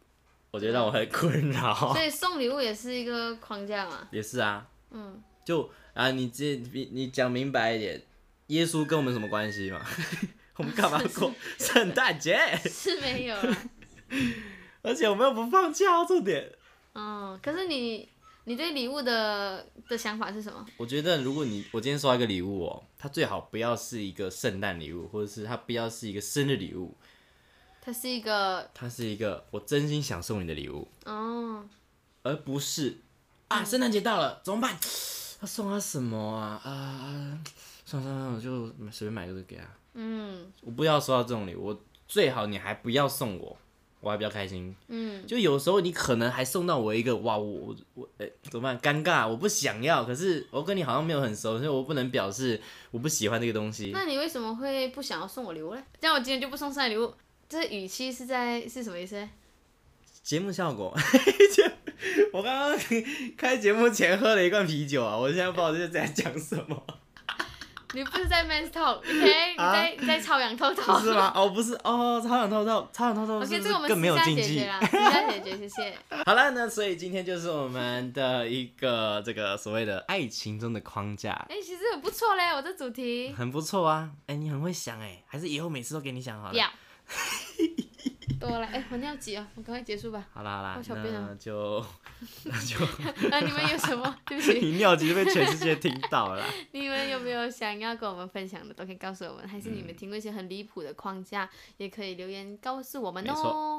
Speaker 1: 我觉得让我很困扰。
Speaker 2: 所以送礼物也是一个框架嘛。
Speaker 1: 也是啊，
Speaker 2: 嗯，
Speaker 1: 就啊，你这你你讲明白一点，耶稣跟我们什么关系嘛？ 我们干嘛过圣诞节？
Speaker 2: 是没有啊啦。
Speaker 1: 而且我们又不放假，重点。
Speaker 2: 哦，可是你你对礼物的的想法是什么？
Speaker 1: 我觉得如果你我今天收到一个礼物哦，它最好不要是一个圣诞礼物，或者是它不要是一个生日礼物，
Speaker 2: 它是一个
Speaker 1: 它是一个我真心想送你的礼物，
Speaker 2: 哦，
Speaker 1: 而不是啊，圣诞节到了怎么办？要送他什么啊？啊、算了算了，算了我就随便买一个给他。
Speaker 2: 嗯
Speaker 1: 我不要收到这种礼物，我最好你还不要送我，我还比较开心。
Speaker 2: 嗯，
Speaker 1: 就有时候你可能还送到我一个哇，我我我哎、怎么办？尴尬，我不想要。可是我跟你好像没有很熟，所以我不能表示我不喜欢这个东西。
Speaker 2: 那你为什么会不想要送我礼物嘞？这样我今天就不送生日礼物，这语气是在是什么意思嘞？
Speaker 1: 节目效果， 我刚刚开节目前喝了一罐啤酒啊，我现在不知道这是在讲什 么，
Speaker 2: 你不是在 man's talk，OK？、你在你在超氧透透。
Speaker 1: 啊不是吗？哦，不是哦，超想透透，超想透透
Speaker 2: OK，
Speaker 1: 是
Speaker 2: 这
Speaker 1: 不是
Speaker 2: 个我们
Speaker 1: 更没有
Speaker 2: 私下
Speaker 1: 禁
Speaker 2: 解
Speaker 1: 忌
Speaker 2: 决？ 啦，私下解决，谢谢。
Speaker 1: 好了，那所以今天就是我们的一个这个所谓的爱情中的框架，
Speaker 2: 哎、其实很不错嘞，我这主题。
Speaker 1: 很不错啊。哎、你很会想哎、还是以后每次都给你想好
Speaker 2: 不
Speaker 1: 了。
Speaker 2: 要。多了，哎、我尿急了，我赶快结束吧。
Speaker 1: 好啦好啦
Speaker 2: 我，小便啊
Speaker 1: 那就 那 就
Speaker 2: 那你们有什么？对不起，
Speaker 1: 你尿急就被 全世界听到了啦。
Speaker 2: 你们有没有想要跟我们分享的，都可以告诉我们。还是你们听过一些很离谱的框架，也可以留言告诉我们
Speaker 1: 没
Speaker 2: 哦。